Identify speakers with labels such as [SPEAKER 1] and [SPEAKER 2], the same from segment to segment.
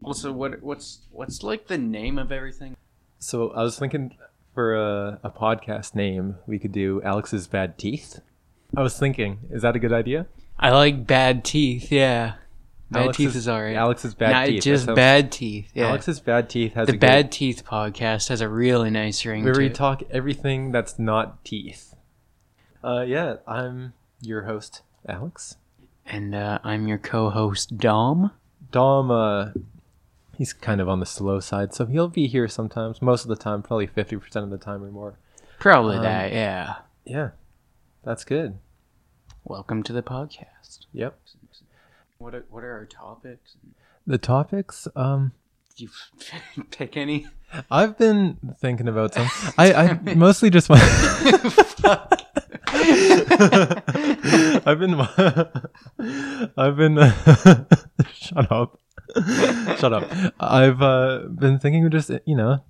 [SPEAKER 1] Well, so what? What's what's like the name of everything?
[SPEAKER 2] So I was thinking for a, a podcast name, we could do Alex's Bad Teeth. I was thinking, is that a good idea?
[SPEAKER 3] I like bad teeth. Yeah, bad
[SPEAKER 2] Alex's-
[SPEAKER 3] teeth is alright.
[SPEAKER 2] Alex's Bad
[SPEAKER 3] Not
[SPEAKER 2] Teeth. that
[SPEAKER 3] just
[SPEAKER 2] sounds-
[SPEAKER 3] bad teeth. Yeah,
[SPEAKER 2] Alex's Bad Teeth has
[SPEAKER 3] the
[SPEAKER 2] a good-
[SPEAKER 3] bad teeth podcast has a really nice ring.
[SPEAKER 2] where
[SPEAKER 3] to
[SPEAKER 2] we
[SPEAKER 3] it.
[SPEAKER 2] talk everything that's not teeth. Uh, yeah, I'm your host, Alex.
[SPEAKER 3] and uh, I'm your co-host Dom.
[SPEAKER 2] Dom, uh, he's kind of on the slow side, so he'll be here sometimes, most of the time, probably 50% of the time or more.
[SPEAKER 3] Probably
[SPEAKER 2] Um,
[SPEAKER 3] that. Yeah.
[SPEAKER 2] Yeah, that's good.
[SPEAKER 3] Welcome to the podcast.
[SPEAKER 2] Yep.
[SPEAKER 1] What are, what are our topics?
[SPEAKER 2] The topics, um,
[SPEAKER 1] Do you pick any?
[SPEAKER 2] I've been thinking about some. I, I mostly just want. I've been. I've been. shut up. Shut up. I've uh, been thinking of just you know,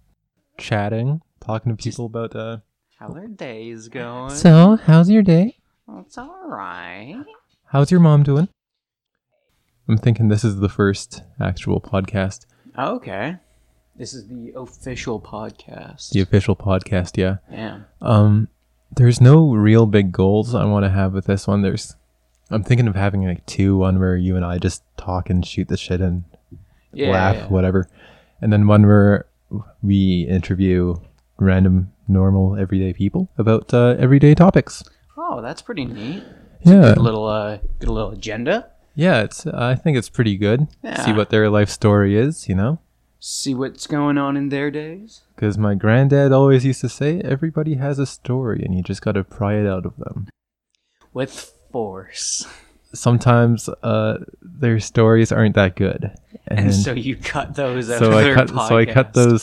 [SPEAKER 2] chatting, talking to people about. Uh,
[SPEAKER 1] How their days going?
[SPEAKER 2] so, how's your day?
[SPEAKER 1] Well, it's all right.
[SPEAKER 2] How's your mom doing? I'm thinking this is the first actual podcast,
[SPEAKER 1] Okay. This is the official podcast.
[SPEAKER 2] the official podcast. Yeah.
[SPEAKER 1] Yeah.
[SPEAKER 2] Um, there's no real big goals I want to have with this one. There's, I'm thinking of having like two, one where you and I just talk and shoot the shit and
[SPEAKER 1] Yeah,
[SPEAKER 2] laugh,
[SPEAKER 1] yeah.
[SPEAKER 2] whatever, and then one where we interview random, normal, everyday people about uh, everyday topics.
[SPEAKER 1] Oh, that's pretty neat.
[SPEAKER 2] Yeah,
[SPEAKER 1] Good little uh, good little agenda.
[SPEAKER 2] yeah. It's I think it's pretty good. See
[SPEAKER 1] Yeah.
[SPEAKER 2] what their life story is, you know.
[SPEAKER 1] See what's going on in their days.
[SPEAKER 2] Because my granddad always used to say, everybody has a story, and you just got to pry it out of them.
[SPEAKER 1] With force.
[SPEAKER 2] sometimes uh, their stories aren't that good,
[SPEAKER 1] And, so you cut those out
[SPEAKER 2] so
[SPEAKER 1] of
[SPEAKER 2] I
[SPEAKER 1] their
[SPEAKER 2] cut
[SPEAKER 1] podcast.
[SPEAKER 2] so I cut those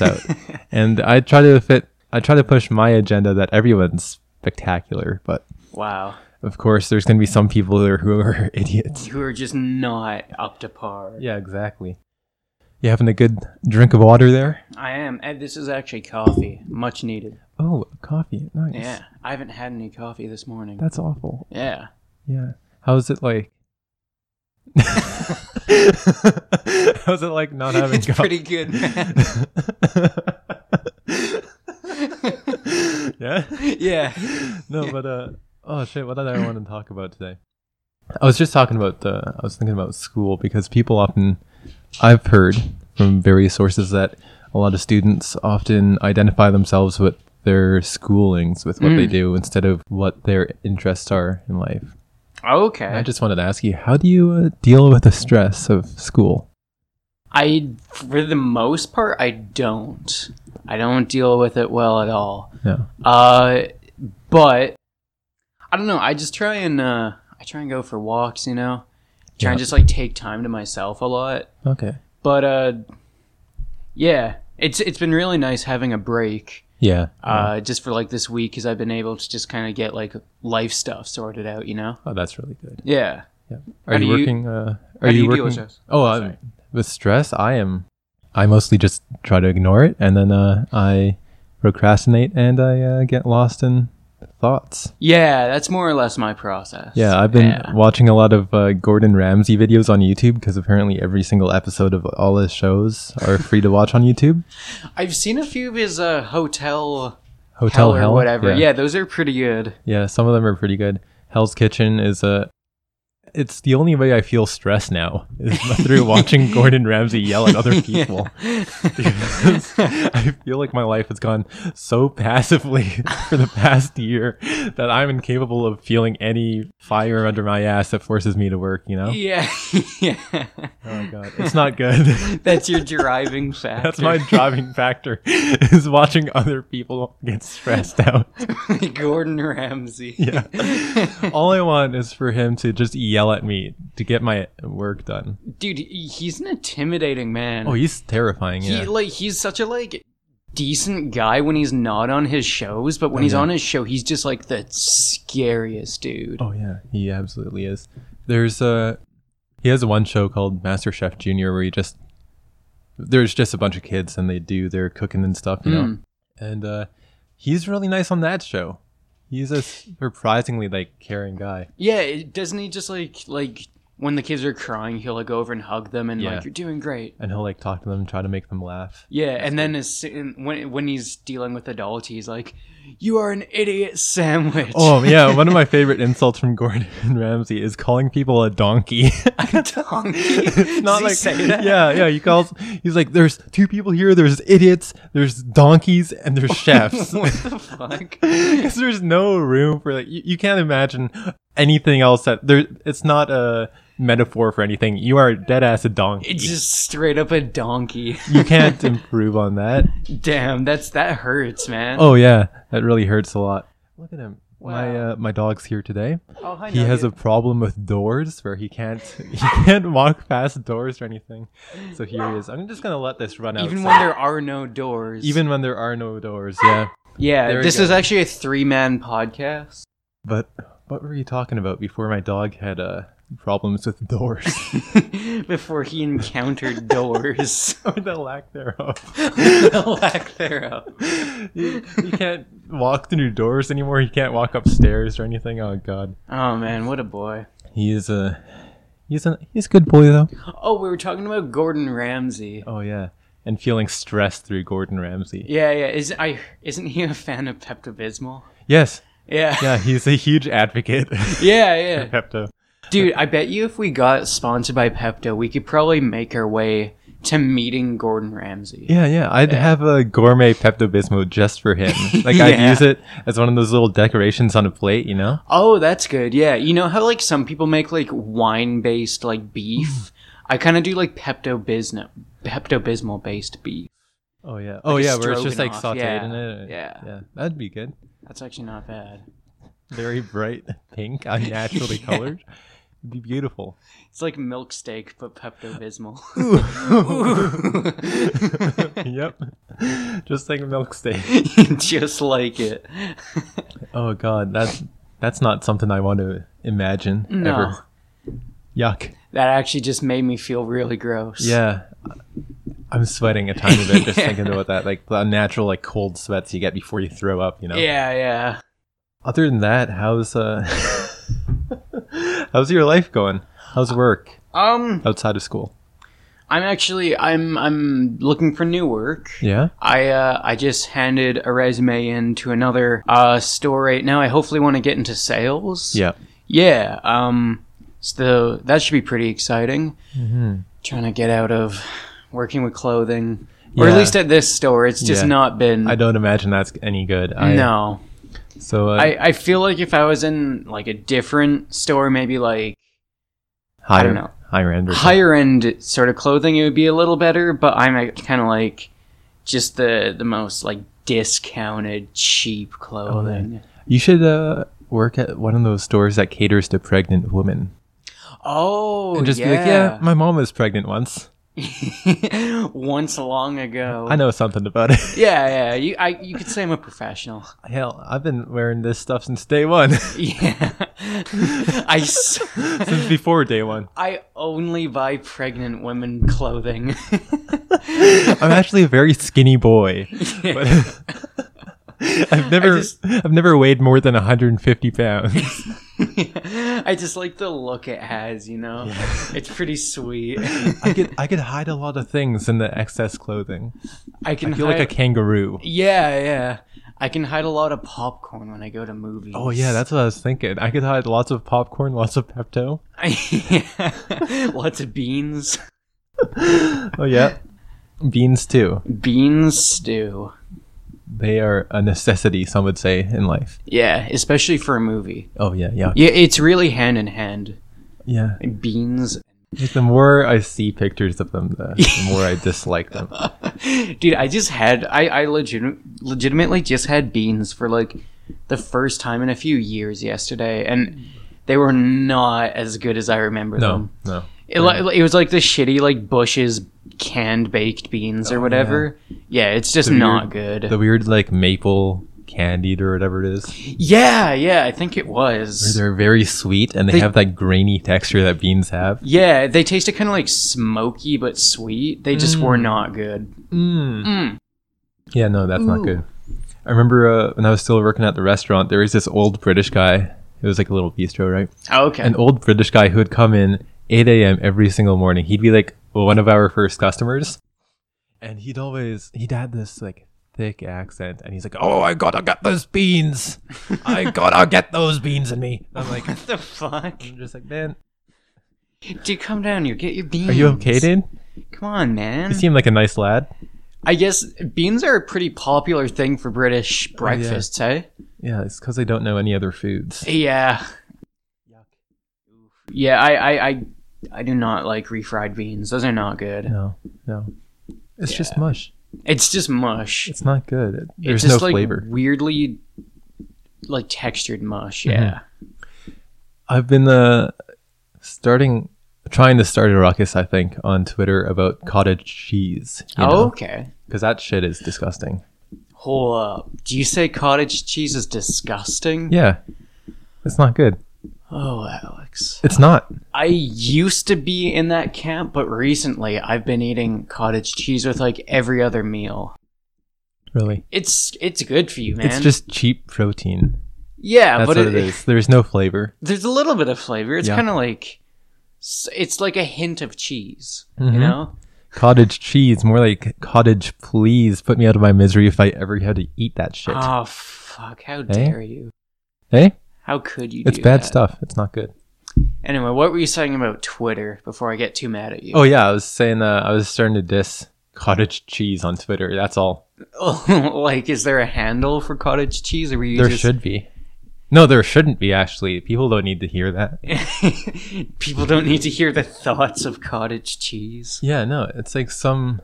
[SPEAKER 2] out, and I try to fit. I try to push my agenda that everyone's spectacular, but
[SPEAKER 1] Wow.
[SPEAKER 2] of course, there's going to be some people who are, who are idiots.
[SPEAKER 1] You are just not up to par.
[SPEAKER 2] Yeah, exactly. You having a good drink of water there?
[SPEAKER 1] I am. And this is actually coffee. Much needed.
[SPEAKER 2] Oh, coffee, nice.
[SPEAKER 1] Yeah. I haven't had any coffee this morning.
[SPEAKER 2] that's awful.
[SPEAKER 1] Yeah.
[SPEAKER 2] Yeah. How's it like? How's it like not having
[SPEAKER 1] It's
[SPEAKER 2] coffee?
[SPEAKER 1] pretty good, man.
[SPEAKER 2] yeah.
[SPEAKER 1] yeah.
[SPEAKER 2] No, but uh oh shit, what did I want to talk about today? I was just talking about uh, I was thinking about school because people often I've heard from various sources that a lot of students often identify themselves with their schoolings with what they
[SPEAKER 1] Mm.
[SPEAKER 2] do instead of what their interests are in life.
[SPEAKER 1] Okay.
[SPEAKER 2] I just wanted to ask you, how do you uh, deal with the stress of school?
[SPEAKER 1] I, for the most part, I don't. I don't deal with it well at all.
[SPEAKER 2] No.
[SPEAKER 1] Uh, but I don't know. I just try and uh, I try and go for walks. You know, try and
[SPEAKER 2] Yeah.
[SPEAKER 1] just like take time to myself a lot.
[SPEAKER 2] Okay.
[SPEAKER 1] But uh, yeah, it's it's been really nice having a break.
[SPEAKER 2] Yeah.
[SPEAKER 1] Uh, just for like this week, because I've been able to just kind of get like life stuff sorted out, you know.
[SPEAKER 2] oh, that's really good.
[SPEAKER 1] Yeah.
[SPEAKER 2] Yeah. Are
[SPEAKER 1] do
[SPEAKER 2] you
[SPEAKER 1] you-
[SPEAKER 2] working? uh, are
[SPEAKER 1] do you
[SPEAKER 2] you
[SPEAKER 1] deal
[SPEAKER 2] working?
[SPEAKER 1] with stress?
[SPEAKER 2] Oh, I'm,
[SPEAKER 1] Sorry.
[SPEAKER 2] with stress, I am. I mostly just try to ignore it, and then uh, I procrastinate and I uh, get lost in thoughts.
[SPEAKER 1] Yeah, that's more or less my process.
[SPEAKER 2] Yeah, I've been watching a lot of uh, Gordon Ramsay videos on YouTube because apparently every single episode of all his shows are free to watch on YouTube.
[SPEAKER 1] I've seen a few of his uh, hotel,
[SPEAKER 2] Hotel
[SPEAKER 1] hell or
[SPEAKER 2] Hell,
[SPEAKER 1] whatever. yeah, those are pretty good.
[SPEAKER 2] Yeah, some of them are pretty good. Hell's Kitchen is a. It's the only way I feel stress now is through watching Gordon Ramsay yell at other people. Because I feel like my life has gone so passively for the past year that I'm incapable of feeling any fire under my ass that forces me to work. You know?
[SPEAKER 1] Yeah, yeah.
[SPEAKER 2] Oh my god, it's not good.
[SPEAKER 1] That's your driving factor.
[SPEAKER 2] That's my driving factor is watching other people get stressed out.
[SPEAKER 1] Gordon Ramsay.
[SPEAKER 2] Yeah. All I want is for him to just yell at me to get my work done.
[SPEAKER 1] Dude, he's an intimidating man.
[SPEAKER 2] Oh, he's terrifying.
[SPEAKER 1] he
[SPEAKER 2] Yeah.
[SPEAKER 1] like he's such a like decent guy when he's not on his shows, but when he's
[SPEAKER 2] yeah.
[SPEAKER 1] on his show, he's just like the scariest dude.
[SPEAKER 2] Oh yeah, he absolutely is. There's a he has one show called Master Chef Junior where he just there's just a bunch of kids and they do their cooking and stuff, you know. And uh, he's really nice on that show. He's a surprisingly like caring guy.
[SPEAKER 1] Yeah, it- doesn't he just like like when the kids are crying, he'll like go over and hug them and
[SPEAKER 2] Yeah.
[SPEAKER 1] like you're doing great.
[SPEAKER 2] and he'll like talk to them, try to make them laugh.
[SPEAKER 1] Yeah, and then as soon, when when he's dealing with adults, he's like, "You are an idiot sandwich."
[SPEAKER 2] Oh yeah, one of my favorite insults from Gordon Ramsay is calling people a donkey.
[SPEAKER 1] donkey. Does
[SPEAKER 2] Not
[SPEAKER 1] he
[SPEAKER 2] like
[SPEAKER 1] say that?
[SPEAKER 2] yeah, yeah. He calls. He's like, "There's two people here. There's idiots. There's donkeys, and there's chefs."
[SPEAKER 1] what the fuck?
[SPEAKER 2] Because there's no room for like you, you can't imagine anything else that there. It's not a metaphor for anything. You are dead ass a donkey.
[SPEAKER 1] It's just straight up a donkey.
[SPEAKER 2] you can't improve on that.
[SPEAKER 1] Damn, that's that hurts, man.
[SPEAKER 2] Oh yeah, that really hurts a lot. Look at him. My
[SPEAKER 1] Wow.
[SPEAKER 2] uh, my dog's here today.
[SPEAKER 1] Oh, hi,
[SPEAKER 2] he has a
[SPEAKER 1] Nugget.
[SPEAKER 2] problem with doors where he can't he can't walk past doors or anything. So here he is. I'm just gonna let this run out.
[SPEAKER 1] even when there are no doors.
[SPEAKER 2] even when there are no doors, yeah. there
[SPEAKER 1] yeah,
[SPEAKER 2] we
[SPEAKER 1] this
[SPEAKER 2] go.
[SPEAKER 1] is actually a three man podcast.
[SPEAKER 2] But what were you talking about before my dog had uh problems with doors
[SPEAKER 1] before he encountered doors.
[SPEAKER 2] or the lack thereof?
[SPEAKER 1] the lack thereof.
[SPEAKER 2] he, he can't walk through doors anymore. He can't walk upstairs or anything. Oh god.
[SPEAKER 1] Oh man, what a boy.
[SPEAKER 2] He is a he's a he's a good boy though.
[SPEAKER 1] Oh, we were talking about Gordon Ramsay.
[SPEAKER 2] Oh yeah. And feeling stressed through Gordon Ramsay.
[SPEAKER 1] Yeah, yeah. Is I isn't he a fan of Pepto Bismol?
[SPEAKER 2] Yes.
[SPEAKER 1] Yeah.
[SPEAKER 2] Yeah, he's a huge advocate.
[SPEAKER 1] Yeah, yeah.
[SPEAKER 2] Pepto.
[SPEAKER 1] Dude, I bet you if we got sponsored by Pepto, we could probably make our way to meeting Gordon Ramsay.
[SPEAKER 2] Yeah, yeah. I'd have a gourmet Pepto Bismol just for him. Like I'd
[SPEAKER 1] Yeah.
[SPEAKER 2] use it as one of those little decorations on a plate, you know?
[SPEAKER 1] Oh, that's good. Yeah. You know how like some people make like wine-based like beef? I kind of do like Pepto Bismol Pepto Bismol based beef.
[SPEAKER 2] Oh yeah. oh
[SPEAKER 1] a
[SPEAKER 2] yeah, where it's just like
[SPEAKER 1] stroganoff,
[SPEAKER 2] sauteed
[SPEAKER 1] yeah,
[SPEAKER 2] in it.
[SPEAKER 1] yeah.
[SPEAKER 2] Yeah. That'd be good.
[SPEAKER 1] That's actually not bad.
[SPEAKER 2] Very bright pink, unnaturally colored. It'd be beautiful.
[SPEAKER 1] It's like milk steak but Pepto Bismol.
[SPEAKER 2] yep. Just like a milk steak.
[SPEAKER 1] Just like it.
[SPEAKER 2] Oh god, that's that's not something I want to imagine
[SPEAKER 1] No.
[SPEAKER 2] ever. Yuck.
[SPEAKER 1] That actually just made me feel really gross.
[SPEAKER 2] Yeah. I'm sweating a tiny bit just thinking about that. Like the unnatural like cold sweats you get before you throw up, you know.
[SPEAKER 1] Yeah, yeah.
[SPEAKER 2] Other than that, how's uh how's your life going? How's work
[SPEAKER 1] Um,
[SPEAKER 2] outside of school?
[SPEAKER 1] I'm actually I'm I'm looking for new work.
[SPEAKER 2] Yeah?
[SPEAKER 1] I uh, I just handed a resume in to another uh, store right now. I hopefully want to get into sales.
[SPEAKER 2] Yeah.
[SPEAKER 1] Yeah. Um. So that should be pretty exciting.
[SPEAKER 2] Mm-hmm.
[SPEAKER 1] Trying to get out of working with clothing, or
[SPEAKER 2] Yeah.
[SPEAKER 1] at least at this store, it's just
[SPEAKER 2] Yeah.
[SPEAKER 1] not been.
[SPEAKER 2] I don't imagine that's any good. I,
[SPEAKER 1] no.
[SPEAKER 2] So uh,
[SPEAKER 1] I, I feel like if I was in like a different store, maybe like
[SPEAKER 2] higher,
[SPEAKER 1] don't know.
[SPEAKER 2] higher end. or something.
[SPEAKER 1] higher end sort of clothing it would be a little better but i'm kind of like just the the most like discounted cheap
[SPEAKER 2] Oh,
[SPEAKER 1] clothing
[SPEAKER 2] You should uh, work at one of those stores that caters to pregnant women.
[SPEAKER 1] oh,
[SPEAKER 2] And just
[SPEAKER 1] yeah,
[SPEAKER 2] be like, yeah, my mom was pregnant once.
[SPEAKER 1] once long ago
[SPEAKER 2] I know something about it.
[SPEAKER 1] yeah yeah you I, you could say i'm a professional
[SPEAKER 2] Hell, I've been wearing this stuff since day one.
[SPEAKER 1] yeah i s-
[SPEAKER 2] since before day one.
[SPEAKER 1] i only buy pregnant women clothing
[SPEAKER 2] I'm actually a very skinny boy. But I've never
[SPEAKER 1] just-
[SPEAKER 2] I've never weighed more than 150 pounds.
[SPEAKER 1] i just like the look it has you know it's pretty sweet
[SPEAKER 2] I could I could hide a lot of things in the excess clothing.
[SPEAKER 1] i can
[SPEAKER 2] I feel like
[SPEAKER 1] hide-
[SPEAKER 2] a kangaroo.
[SPEAKER 1] Yeah, yeah. I can hide a lot of popcorn when I go to movies.
[SPEAKER 2] Oh yeah, that's what I was thinking. I could hide lots of popcorn, lots of Pepto.
[SPEAKER 1] yeah. Lots of beans.
[SPEAKER 2] Oh yeah. Beans too.
[SPEAKER 1] Bean stew.
[SPEAKER 2] They are a necessity, some would say, in life.
[SPEAKER 1] Yeah, especially for a movie.
[SPEAKER 2] Oh yeah, yeah.
[SPEAKER 1] Yeah, it's really hand in hand.
[SPEAKER 2] Yeah.
[SPEAKER 1] Beans.
[SPEAKER 2] Like, the more I see pictures of them, the, the more I dislike them.
[SPEAKER 1] Dude, I just had I I legit, legitimately just had beans for like the first time in a few years yesterday and they were not as good as I remember
[SPEAKER 2] No,
[SPEAKER 1] them.
[SPEAKER 2] no.
[SPEAKER 1] It, li- it was like the shitty like Bush's canned baked beans
[SPEAKER 2] Oh,
[SPEAKER 1] or whatever. Yeah, it's just
[SPEAKER 2] The
[SPEAKER 1] not good.
[SPEAKER 2] The weird like maple candied or whatever it is.
[SPEAKER 1] Yeah, yeah, I think it was.
[SPEAKER 2] They're very sweet and they,
[SPEAKER 1] They-
[SPEAKER 2] have that grainy texture that beans have.
[SPEAKER 1] Yeah, they tasted kind of like smoky but sweet. They just were not good.
[SPEAKER 2] Mm.
[SPEAKER 1] Mm.
[SPEAKER 2] Yeah, no, that's not
[SPEAKER 1] Ooh.
[SPEAKER 2] good. I remember uh, when I was still working at the restaurant, there was this old British guy. It was like a little bistro, right?
[SPEAKER 1] Okay.
[SPEAKER 2] An old British guy who would come in 8 a.m. every single morning. He'd be like one of our first customers, and he'd always he'd had this like thick accent, and he's like, "Oh, I gotta get those beans. I gotta get those beans in me." I'm like,
[SPEAKER 1] What the fuck?
[SPEAKER 2] I'm just like, man,
[SPEAKER 1] Dude, come down here. Get your beans.
[SPEAKER 2] are you okay, dude?
[SPEAKER 1] Come on, man.
[SPEAKER 2] You seem like a nice lad.
[SPEAKER 1] I guess beans are a pretty popular thing for
[SPEAKER 2] Oh,
[SPEAKER 1] British breakfasts, eh?
[SPEAKER 2] Yeah, it's because I don't know any other foods.
[SPEAKER 1] Yeah. Yeah, I, I, I, I do not like refried beans. Those are not good.
[SPEAKER 2] No, no, it's just mush.
[SPEAKER 1] It's just mush.
[SPEAKER 2] It's not good. It- There's
[SPEAKER 1] it's just
[SPEAKER 2] no
[SPEAKER 1] like
[SPEAKER 2] flavor.
[SPEAKER 1] weirdly, like textured mush.
[SPEAKER 2] Mm-hmm.
[SPEAKER 1] Yeah.
[SPEAKER 2] I've been uh, starting trying to start a ruckus, I think, on Twitter about cottage cheese. You
[SPEAKER 1] okay.
[SPEAKER 2] because that shit is disgusting.
[SPEAKER 1] Hold up. Do you say cottage cheese is disgusting?
[SPEAKER 2] Yeah, it's not good.
[SPEAKER 1] Oh, Alex.
[SPEAKER 2] It's not.
[SPEAKER 1] I used to be in that camp, but recently I've been eating cottage cheese with like every other meal.
[SPEAKER 2] Really,
[SPEAKER 1] It's it's good for you, man.
[SPEAKER 2] it's just cheap protein.
[SPEAKER 1] yeah,
[SPEAKER 2] That's
[SPEAKER 1] but
[SPEAKER 2] what it is. There's no flavor.
[SPEAKER 1] there's a little bit of flavor. It's
[SPEAKER 2] Yeah.
[SPEAKER 1] kind of like s- it's like a hint of cheese,
[SPEAKER 2] Mhm.
[SPEAKER 1] you know?
[SPEAKER 2] Cottage cheese, more like cottage. Please put me out of my misery if I ever had to eat that shit.
[SPEAKER 1] Oh fuck! How dare you?
[SPEAKER 2] hey,
[SPEAKER 1] How could you?
[SPEAKER 2] it's
[SPEAKER 1] do
[SPEAKER 2] bad
[SPEAKER 1] that?
[SPEAKER 2] stuff. It's not good.
[SPEAKER 1] Anyway, what were you saying about Twitter before I get too mad at you?
[SPEAKER 2] Oh yeah, I was saying uh, I was starting to diss cottage cheese on Twitter. That's all.
[SPEAKER 1] Oh, like, is there a handle for cottage cheese? Or were you
[SPEAKER 2] There
[SPEAKER 1] just...
[SPEAKER 2] should be. No, there shouldn't be actually. People don't need to hear that.
[SPEAKER 1] People don't need to hear the thoughts of cottage cheese.
[SPEAKER 2] Yeah, no, it's like some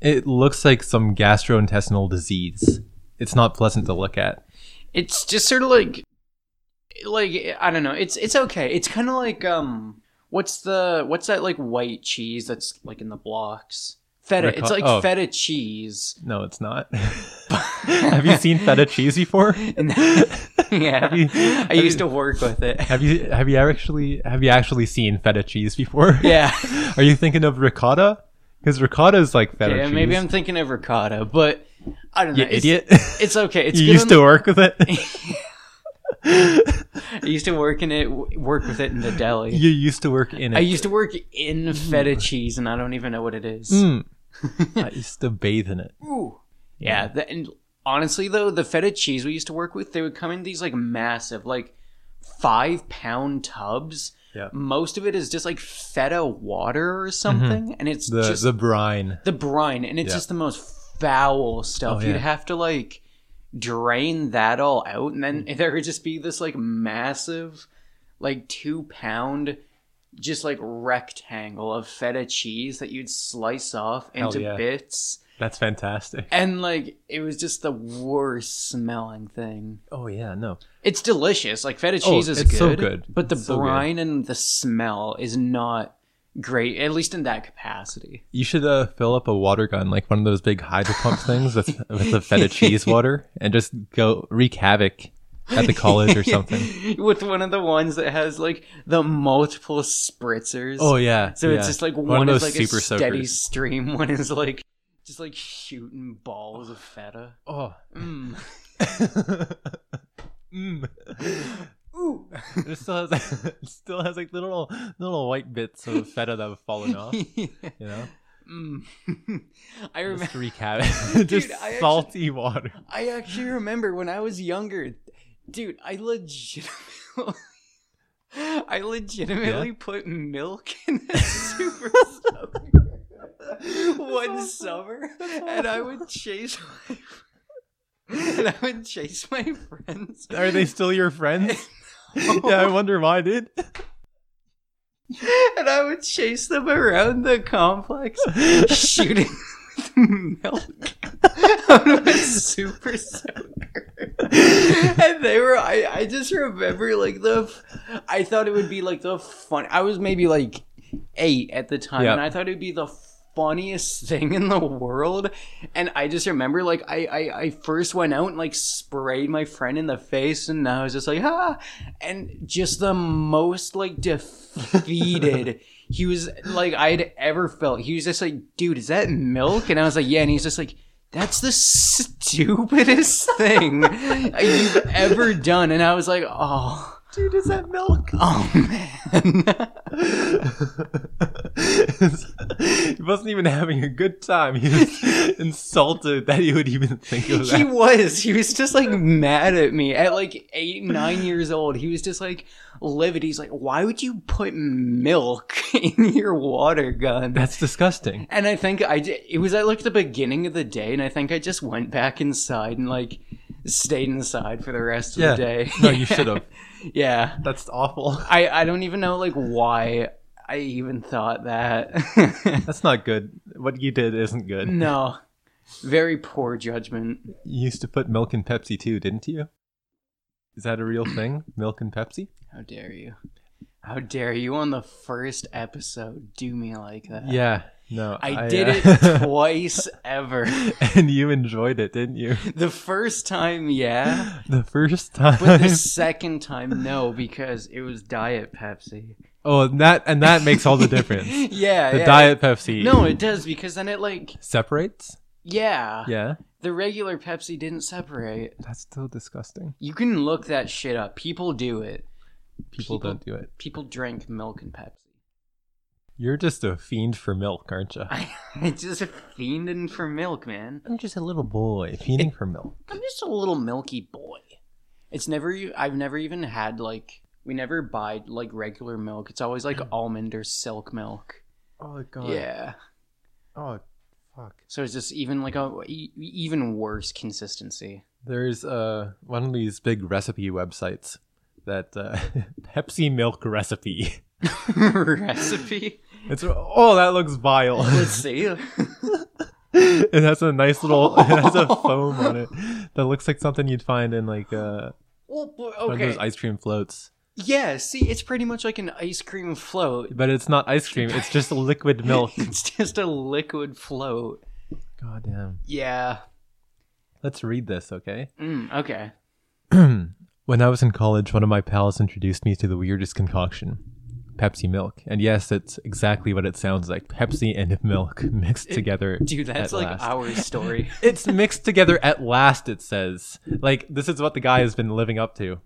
[SPEAKER 2] it looks like some gastrointestinal disease. It's not pleasant to look at.
[SPEAKER 1] It's just sort of like, like I don't know. It's it's okay. It's kind of like um, what's the what's that like white cheese that's like in the blocks? Feta.
[SPEAKER 2] What I
[SPEAKER 1] it's
[SPEAKER 2] call-
[SPEAKER 1] like
[SPEAKER 2] oh.
[SPEAKER 1] feta cheese.
[SPEAKER 2] No, it's not. have you seen feta cheese before?
[SPEAKER 1] And yeah,
[SPEAKER 2] you-
[SPEAKER 1] I
[SPEAKER 2] have
[SPEAKER 1] used to
[SPEAKER 2] you-
[SPEAKER 1] work with it.
[SPEAKER 2] Have you have you actually have you actually seen feta cheese before?
[SPEAKER 1] Yeah.
[SPEAKER 2] Are you thinking of ricotta? Because ricotta is like feta
[SPEAKER 1] Yeah,
[SPEAKER 2] cheese.
[SPEAKER 1] maybe I'm thinking of ricotta, but I don't know.
[SPEAKER 2] you
[SPEAKER 1] it's,
[SPEAKER 2] idiot.
[SPEAKER 1] It's okay. It's
[SPEAKER 2] you
[SPEAKER 1] good
[SPEAKER 2] used
[SPEAKER 1] on
[SPEAKER 2] to work with it.
[SPEAKER 1] I used to work in it, work with it in the deli.
[SPEAKER 2] you used to work in it.
[SPEAKER 1] I used to work in feta cheese, and I don't even know what it is.
[SPEAKER 2] Mm. I used to bathe in it.
[SPEAKER 1] Ooh. Yeah, the, and honestly though, the feta cheese we used to work with, they would come in these like massive, like five pound tubs.
[SPEAKER 2] Yeah. Mm-hmm.
[SPEAKER 1] Most of it is just like feta water or something, and it's
[SPEAKER 2] The
[SPEAKER 1] just
[SPEAKER 2] the
[SPEAKER 1] the,
[SPEAKER 2] brine.
[SPEAKER 1] brine, and it's
[SPEAKER 2] Yeah.
[SPEAKER 1] just the most foul stuff.
[SPEAKER 2] Oh, yeah.
[SPEAKER 1] You'd have to like drain that all out, and
[SPEAKER 2] Mm.
[SPEAKER 1] then there would just be this like massive, like two pound. Just like rectangle of feta cheese that you'd slice off into
[SPEAKER 2] yeah.
[SPEAKER 1] bits,
[SPEAKER 2] That's fantastic.
[SPEAKER 1] and like it was just the worst smelling thing.
[SPEAKER 2] Oh yeah, no.
[SPEAKER 1] It's delicious. Like feta
[SPEAKER 2] Oh,
[SPEAKER 1] cheese is
[SPEAKER 2] it's
[SPEAKER 1] good,
[SPEAKER 2] so good.
[SPEAKER 1] but the
[SPEAKER 2] It's so good.
[SPEAKER 1] brine and the smell is not great, at least in that capacity.
[SPEAKER 2] You should uh, fill up a water gun, like one of those big hydro pump things with, with the feta cheese water, and just go wreak havoc at the college or something.
[SPEAKER 1] With one of the ones that has like the multiple spritzers.
[SPEAKER 2] Oh yeah.
[SPEAKER 1] so
[SPEAKER 2] yeah.
[SPEAKER 1] it's just like one, is like a steady stream, one is like just like shooting balls of feta.
[SPEAKER 2] Oh.
[SPEAKER 1] Mm.
[SPEAKER 2] Mm.
[SPEAKER 1] Ooh.
[SPEAKER 2] It still has, it still has like little little white bits of feta that have fallen off. You know,
[SPEAKER 1] Mm. I remember
[SPEAKER 2] just wreak havoc. just
[SPEAKER 1] Dude, I actually-
[SPEAKER 2] salty water.
[SPEAKER 1] I actually remember when I was younger, dude. I legitimately, I legitimately put milk in a super soaker one summer, and I would chase my, and I would chase my friends.
[SPEAKER 2] Are they still your friends? yeah, I wonder why, dude.
[SPEAKER 1] And I would chase them around the complex, shooting with milk out of a super soaker. And they were, I, I just remember like the, f- I thought it would be like the fun. I was maybe like eight at the time,
[SPEAKER 2] Yeah.
[SPEAKER 1] and I thought it would be the funniest thing in the world. And I just remember like I, I, I first went out and like sprayed my friend in the face, and I was just like, ah, and just the most like defeated. He was like I'd ever felt. He was just like, dude, is that milk? And I was like, yeah. And he's just like, that's the stupidest thing you've ever done. And I was like, oh,
[SPEAKER 2] Dude, is that milk?
[SPEAKER 1] Oh man.
[SPEAKER 2] he wasn't even having a good time. He was insulted that he would even think of
[SPEAKER 1] he
[SPEAKER 2] that.
[SPEAKER 1] was. He was just like mad at me at like eight, nine years old. He was just like livid. He's like, why would you put milk in your water gun?
[SPEAKER 2] That's disgusting.
[SPEAKER 1] And I think I j- it was at like the beginning of the day, and I think I just went back inside and like stayed inside for the rest of
[SPEAKER 2] Yeah.
[SPEAKER 1] the day.
[SPEAKER 2] No, you should have.
[SPEAKER 1] yeah.
[SPEAKER 2] That's awful.
[SPEAKER 1] I I don't even know like why I even thought that.
[SPEAKER 2] That's not good. What you did isn't good.
[SPEAKER 1] no. Very poor judgment.
[SPEAKER 2] You used to put milk in Pepsi too, didn't you? Is that a real thing? Milk and Pepsi?
[SPEAKER 1] How dare you? How dare you on the first episode do me like that?
[SPEAKER 2] Yeah. No.
[SPEAKER 1] Uh, I did
[SPEAKER 2] uh,
[SPEAKER 1] it twice ever.
[SPEAKER 2] and you enjoyed it, didn't you?
[SPEAKER 1] The first time, yeah.
[SPEAKER 2] The first time.
[SPEAKER 1] But the second time, no, because it was Diet Pepsi.
[SPEAKER 2] Oh, and that and that makes all the difference.
[SPEAKER 1] Yeah.
[SPEAKER 2] The
[SPEAKER 1] yeah.
[SPEAKER 2] diet Pepsi.
[SPEAKER 1] No, it does, because then it, like,
[SPEAKER 2] separates.
[SPEAKER 1] yeah.
[SPEAKER 2] Yeah,
[SPEAKER 1] The regular Pepsi didn't separate.
[SPEAKER 2] that's still disgusting.
[SPEAKER 1] You can look that shit up. People do it. People-
[SPEAKER 2] People, don't do it.
[SPEAKER 1] People drink milk and Pepsi.
[SPEAKER 2] You're just a fiend for milk, aren't you?
[SPEAKER 1] I, I just fiending for milk, man.
[SPEAKER 2] I'm just a little boy fiending for milk.
[SPEAKER 1] I'm just a little milky boy. It's never e, I've never even had like we never buy like regular milk. It's always
[SPEAKER 2] Mm.
[SPEAKER 1] like almond or silk milk.
[SPEAKER 2] Oh god.
[SPEAKER 1] Yeah.
[SPEAKER 2] Oh fuck.
[SPEAKER 1] So it's just even like a e- even worse consistency.
[SPEAKER 2] There's uh one of these big recipe websites that uh, Pepsi milk recipe.
[SPEAKER 1] Recipe.
[SPEAKER 2] It's oh that looks vile.
[SPEAKER 1] Let's see.
[SPEAKER 2] it has a nice little it has a foam on it that looks like something you'd find in like uh
[SPEAKER 1] well, b-
[SPEAKER 2] one of
[SPEAKER 1] okay.
[SPEAKER 2] those ice cream floats.
[SPEAKER 1] yeah. See, it's pretty much like an ice cream float.
[SPEAKER 2] But it's not ice cream. It's just liquid milk.
[SPEAKER 1] It's just a liquid float.
[SPEAKER 2] God damn.
[SPEAKER 1] Yeah.
[SPEAKER 2] Let's read this, okay?
[SPEAKER 1] Mm, okay.
[SPEAKER 2] When I was in college, one of my pals introduced me to the weirdest concoction Pepsi milk. And yes, it's exactly what it sounds like Pepsi and milk mixed together.
[SPEAKER 1] Dude, that's
[SPEAKER 2] at
[SPEAKER 1] like
[SPEAKER 2] last.
[SPEAKER 1] our story.
[SPEAKER 2] It's mixed together at last, it says. Like, this is what the guy has been living up to.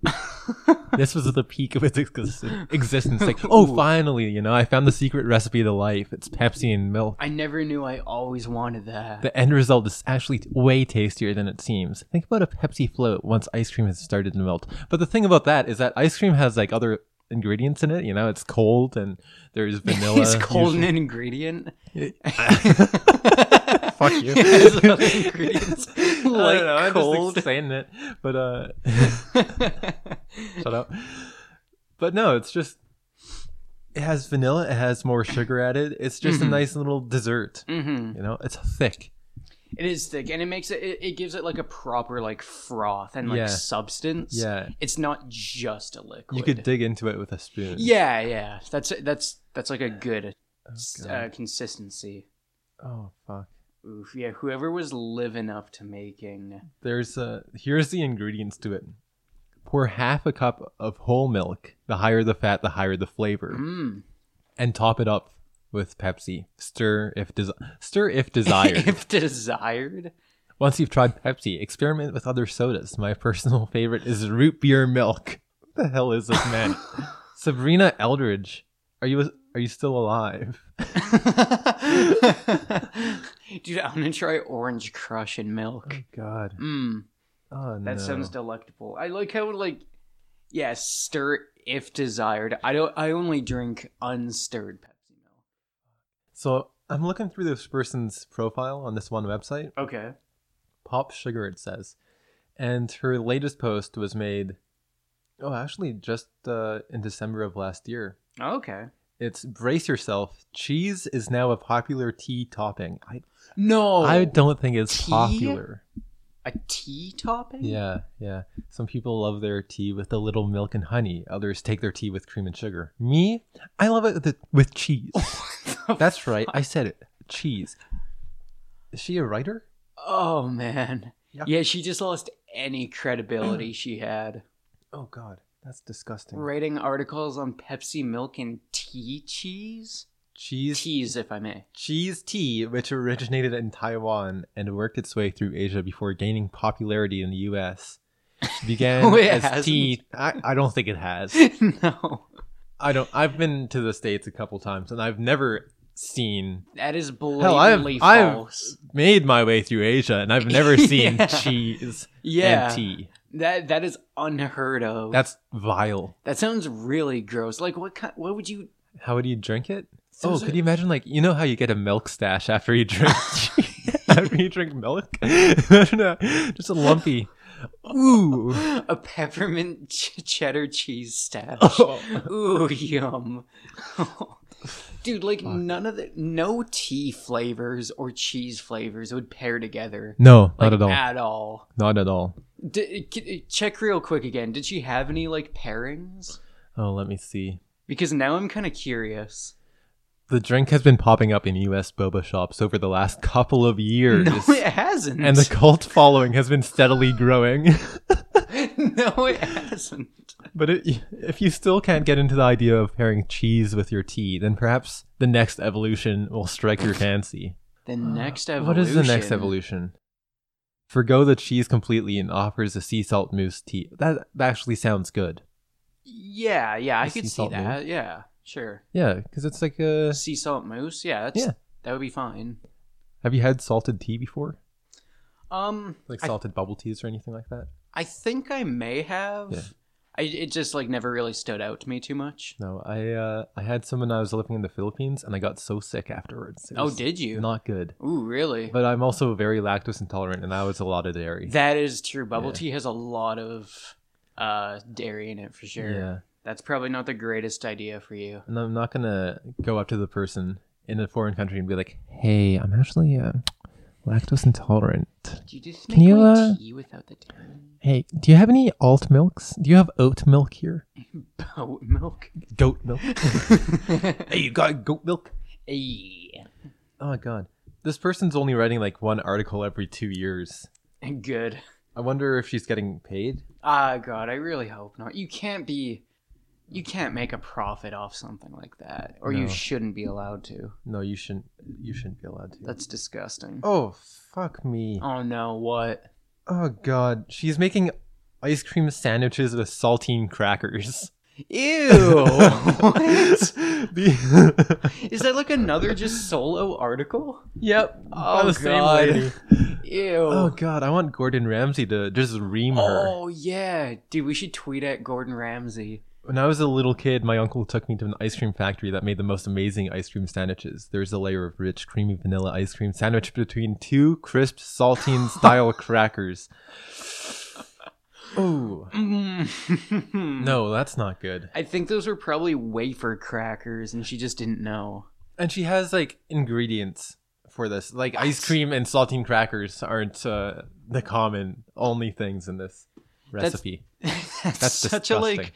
[SPEAKER 2] this was the peak of its ex- existence. Like, oh,
[SPEAKER 1] Ooh.
[SPEAKER 2] finally, you know, I found the secret recipe to life. It's Pepsi and milk.
[SPEAKER 1] I never knew I always wanted that.
[SPEAKER 2] The end result is actually way tastier than it seems. Think about a Pepsi float once ice cream has started to melt. But the thing about that is that ice cream has like other ingredients in it. You know, it's cold and there's vanilla.
[SPEAKER 1] Is cold
[SPEAKER 2] usually-
[SPEAKER 1] an ingredient?
[SPEAKER 2] Fuck you.
[SPEAKER 1] Is other ingredients
[SPEAKER 2] I don't know,
[SPEAKER 1] like
[SPEAKER 2] I'm
[SPEAKER 1] cold?
[SPEAKER 2] just explaining it. But uh, shut up. But no, it's just it has vanilla. It has more sugar added. It's just
[SPEAKER 1] Mm-hmm.
[SPEAKER 2] a nice little dessert.
[SPEAKER 1] hmm
[SPEAKER 2] You know, it's thick.
[SPEAKER 1] It is thick, and it makes it, it. It gives it like a proper like froth and like
[SPEAKER 2] Yeah.
[SPEAKER 1] substance.
[SPEAKER 2] Yeah,
[SPEAKER 1] it's not just a liquid.
[SPEAKER 2] you could dig into it with a spoon.
[SPEAKER 1] Yeah, yeah. That's that's that's like a good
[SPEAKER 2] Oh,
[SPEAKER 1] uh,
[SPEAKER 2] God.
[SPEAKER 1] consistency.
[SPEAKER 2] oh fuck.
[SPEAKER 1] Oof, yeah. Whoever was living up to making.
[SPEAKER 2] there's uh here's the ingredients to it pour half a cup of whole milk the higher the fat the higher the flavor
[SPEAKER 1] Mm.
[SPEAKER 2] and top it up with pepsi stir if des- stir if desired
[SPEAKER 1] if desired.
[SPEAKER 2] once you've tried pepsi experiment with other sodas my personal favorite is root beer milk what the hell is this man sabrina eldridge are you are you still alive
[SPEAKER 1] Dude, I'm gonna try orange crush and milk.
[SPEAKER 2] god
[SPEAKER 1] Mmm,
[SPEAKER 2] oh
[SPEAKER 1] that
[SPEAKER 2] no.
[SPEAKER 1] sounds delectable. I like how like, yeah, stir if desired. I don't. I only drink unstirred Pepsi milk.
[SPEAKER 2] so i'm looking through this person's profile on this one website
[SPEAKER 1] Okay.
[SPEAKER 2] Pop Sugar, it says. And her latest post was made, oh, actually, just uh, in December of last year.
[SPEAKER 1] Okay.
[SPEAKER 2] It's brace yourself. Cheese is now a popular tea topping. I,
[SPEAKER 1] No,
[SPEAKER 2] I don't think it's
[SPEAKER 1] Oh. tea?
[SPEAKER 2] popular.
[SPEAKER 1] a tea topping.
[SPEAKER 2] Yeah, yeah. Some people love their tea with a little milk and honey. Others take their tea with cream and sugar. Me, I love it with, with cheese. That's right. I said it. Cheese. Is she a writer?
[SPEAKER 1] Oh man.
[SPEAKER 2] Yuck.
[SPEAKER 1] Yeah, she just lost any credibility she had.
[SPEAKER 2] Oh, God. That's disgusting.
[SPEAKER 1] Writing articles on Pepsi milk and tea cheese.
[SPEAKER 2] Cheese
[SPEAKER 1] Teas, if I may.
[SPEAKER 2] Cheese tea, which originated in Taiwan and worked its way through Asia before gaining popularity in the US. began
[SPEAKER 1] No, Oh, it
[SPEAKER 2] as
[SPEAKER 1] hasn't.
[SPEAKER 2] teeth. I, I don't think it has.
[SPEAKER 1] no,
[SPEAKER 2] I don't. I've been to the states a couple times, and I've never seen.
[SPEAKER 1] that is
[SPEAKER 2] Hell, I've
[SPEAKER 1] blatantly
[SPEAKER 2] I've
[SPEAKER 1] false.
[SPEAKER 2] made my way through Asia, and I've never seen
[SPEAKER 1] Yeah.
[SPEAKER 2] cheese
[SPEAKER 1] yeah,
[SPEAKER 2] and tea.
[SPEAKER 1] that that is unheard of.
[SPEAKER 2] That's vile.
[SPEAKER 1] that sounds really gross. Like what kind? What would you?
[SPEAKER 2] How would you drink it?
[SPEAKER 1] Those
[SPEAKER 2] oh,
[SPEAKER 1] are-
[SPEAKER 2] could you imagine? Like you know how you get a milk stash after you drink after you drink milk? Imagine a- just a lumpy. Ooh.
[SPEAKER 1] A peppermint ch- cheddar cheese stash.
[SPEAKER 2] Oh.
[SPEAKER 1] Ooh, yum. Dude, like none of the no tea flavors or cheese flavors would pair together.
[SPEAKER 2] No,
[SPEAKER 1] Like,
[SPEAKER 2] not at all.
[SPEAKER 1] At all.
[SPEAKER 2] Not at all.
[SPEAKER 1] D- c- check real quick again. Did she have any like pairings?
[SPEAKER 2] Oh, let me see.
[SPEAKER 1] Because now I'm kind of curious.
[SPEAKER 2] The drink has been popping up in U.S. boba shops over the last couple of years,
[SPEAKER 1] No, it hasn't.
[SPEAKER 2] and the cult following has been steadily growing.
[SPEAKER 1] no, it hasn't.
[SPEAKER 2] But it, if you still can't get into the idea of pairing cheese with your tea, then perhaps the next evolution will strike your fancy.
[SPEAKER 1] The next evolution.
[SPEAKER 2] What is the next evolution? Forgo the cheese completely and offers a sea salt mousse tea. That, that actually sounds good.
[SPEAKER 1] Yeah, yeah, I
[SPEAKER 2] The sea
[SPEAKER 1] could see
[SPEAKER 2] salt
[SPEAKER 1] that. Yeah, sure.
[SPEAKER 2] Yeah, because it's like a.
[SPEAKER 1] Sea salt mousse. Yeah, that's
[SPEAKER 2] Yeah.
[SPEAKER 1] that would be fine.
[SPEAKER 2] Have you had salted tea before?
[SPEAKER 1] Um,
[SPEAKER 2] Like
[SPEAKER 1] I
[SPEAKER 2] salted bubble teas or anything like that?
[SPEAKER 1] I think I may have.
[SPEAKER 2] Yeah.
[SPEAKER 1] I, it just like never really stood out to me too much.
[SPEAKER 2] No, I uh, I had some when I was living in the Philippines, and I got so sick afterwards. It
[SPEAKER 1] Oh,
[SPEAKER 2] was
[SPEAKER 1] did you?
[SPEAKER 2] Not good.
[SPEAKER 1] Ooh, really?
[SPEAKER 2] But I'm also very lactose intolerant, and that was a lot of dairy.
[SPEAKER 1] that is true. Bubble
[SPEAKER 2] Yeah.
[SPEAKER 1] tea has a lot of uh, dairy in it for sure.
[SPEAKER 2] Yeah.
[SPEAKER 1] That's probably not the greatest idea for you.
[SPEAKER 2] And I'm not gonna go up to the person in a foreign country and be like, "Hey, I'm actually uh, lactose intolerant.
[SPEAKER 1] Do you just
[SPEAKER 2] Can
[SPEAKER 1] make
[SPEAKER 2] you,
[SPEAKER 1] my
[SPEAKER 2] uh,
[SPEAKER 1] tea without the dairy?
[SPEAKER 2] Hey, do you have any alt milks? Do you have oat milk here?
[SPEAKER 1] Goat milk.
[SPEAKER 2] Goat milk? hey, you got goat milk?
[SPEAKER 1] Yeah.
[SPEAKER 2] Oh my god, this person's only writing like one article every two years.
[SPEAKER 1] Good.
[SPEAKER 2] I wonder if she's getting paid.
[SPEAKER 1] Ah, God, I really hope not. You can't be. You can't make a profit off something like that, or you
[SPEAKER 2] No.
[SPEAKER 1] shouldn't be allowed to.
[SPEAKER 2] No, you shouldn't. You shouldn't be allowed to.
[SPEAKER 1] That's disgusting.
[SPEAKER 2] Oh fuck me.
[SPEAKER 1] Oh no, what?
[SPEAKER 2] Oh god, she's making ice cream sandwiches with saltine crackers.
[SPEAKER 1] Ew! what?
[SPEAKER 2] The-
[SPEAKER 1] Is that like another just solo article?
[SPEAKER 2] Yep.
[SPEAKER 1] Oh,
[SPEAKER 2] by the same
[SPEAKER 1] God.
[SPEAKER 2] lady.
[SPEAKER 1] Ew.
[SPEAKER 2] Oh
[SPEAKER 1] Oh,
[SPEAKER 2] god, I want Gordon Ramsay to just ream her.
[SPEAKER 1] yeah. Dude, we should tweet at Gordon Ramsay.
[SPEAKER 2] When I was a little kid, my uncle took me to an ice cream factory that made the most amazing ice cream sandwiches. There's a layer of rich, creamy vanilla ice cream sandwiched between two crisp saltine style crackers. Oh
[SPEAKER 1] Mm.
[SPEAKER 2] no, that's not good.
[SPEAKER 1] I think those were probably wafer crackers and she just didn't know.
[SPEAKER 2] And she has like ingredients for this, like ice cream and saltine crackers aren't uh, the common only things in this
[SPEAKER 1] That's-
[SPEAKER 2] recipe.
[SPEAKER 1] That's,
[SPEAKER 2] That's
[SPEAKER 1] such a like
[SPEAKER 2] disgusting.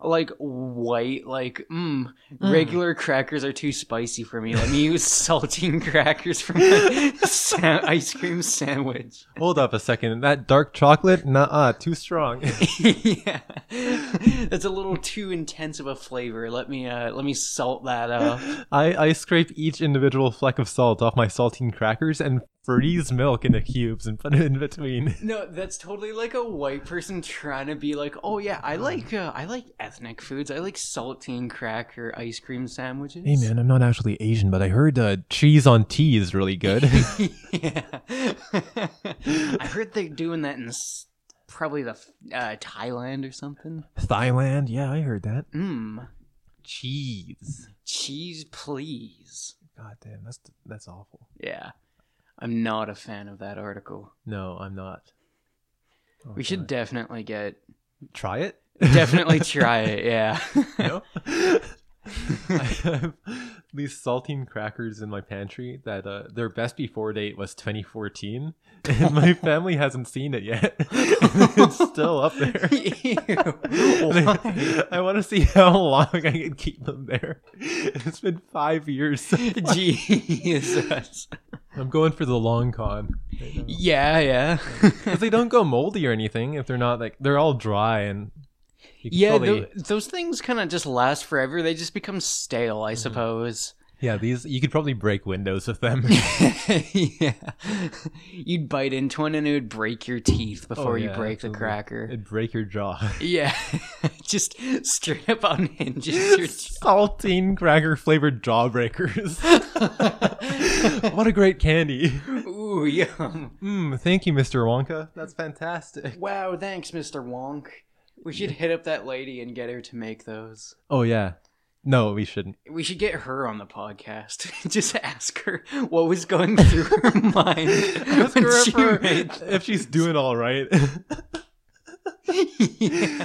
[SPEAKER 1] like white like mm, regular crackers are too spicy for me. Let me use saltine crackers for my sa- ice cream sandwich.
[SPEAKER 2] Hold up a second. That dark chocolate? Nah, too strong.
[SPEAKER 1] yeah, that's a little too intense of a flavor. Let me uh, let me salt that up.
[SPEAKER 2] I, I scrape each individual fleck of salt off my saltine crackers and freeze milk into cubes and put it in between.
[SPEAKER 1] No, that's totally like a white person trying to be like, oh yeah, I like uh, I like ethnic foods. I like saltine cracker ice cream sandwiches.
[SPEAKER 2] Hey man, I'm not actually Asian, but I heard uh, cheese on tea is really good.
[SPEAKER 1] yeah, I heard they're doing that in s- probably the f- uh, Thailand or something.
[SPEAKER 2] Thailand? Yeah, I heard that.
[SPEAKER 1] Mmm,
[SPEAKER 2] Cheese.
[SPEAKER 1] cheese, please.
[SPEAKER 2] God damn, that's that's awful.
[SPEAKER 1] Yeah, I'm not a fan of that article.
[SPEAKER 2] No, I'm not. Oh,
[SPEAKER 1] We should
[SPEAKER 2] God.
[SPEAKER 1] definitely get
[SPEAKER 2] try it.
[SPEAKER 1] Definitely try it. Yeah.
[SPEAKER 2] No. I have these saltine crackers in my pantry that uh, their best before date was 2014, and my family hasn't seen it yet. it's still up there.
[SPEAKER 1] Ew.
[SPEAKER 2] And
[SPEAKER 1] Why?
[SPEAKER 2] I, want to see how long I can keep them there. It's been five years. so
[SPEAKER 1] Jesus.
[SPEAKER 2] I'm going for the long con. right now.
[SPEAKER 1] Yeah, yeah.
[SPEAKER 2] 'Cause they don't go moldy or anything if they're not like they're all dry and you can
[SPEAKER 1] yeah,
[SPEAKER 2] tell
[SPEAKER 1] tho-
[SPEAKER 2] they-
[SPEAKER 1] those things kind of just last forever. They just become stale, I suppose.
[SPEAKER 2] Yeah, these you could probably break windows with them.
[SPEAKER 1] yeah. You'd bite into one and it would break your teeth before you
[SPEAKER 2] yeah,
[SPEAKER 1] break
[SPEAKER 2] absolutely.
[SPEAKER 1] the cracker.
[SPEAKER 2] It'd break your jaw.
[SPEAKER 1] Yeah. Just straight up unhinges your
[SPEAKER 2] Saltine cracker flavored jawbreakers. what a great candy.
[SPEAKER 1] Ooh, yum.
[SPEAKER 2] Mm, thank you, Mr. Wonka. That's fantastic.
[SPEAKER 1] Wow, thanks, Mr. Wonk. We should hit up that lady and get her to make those.
[SPEAKER 2] Oh yeah. No, we shouldn't.
[SPEAKER 1] We should get her on the podcast. Just ask her what was going through her mind
[SPEAKER 2] Ask
[SPEAKER 1] when
[SPEAKER 2] her
[SPEAKER 1] she
[SPEAKER 2] if, her-
[SPEAKER 1] made
[SPEAKER 2] if she's doing all right.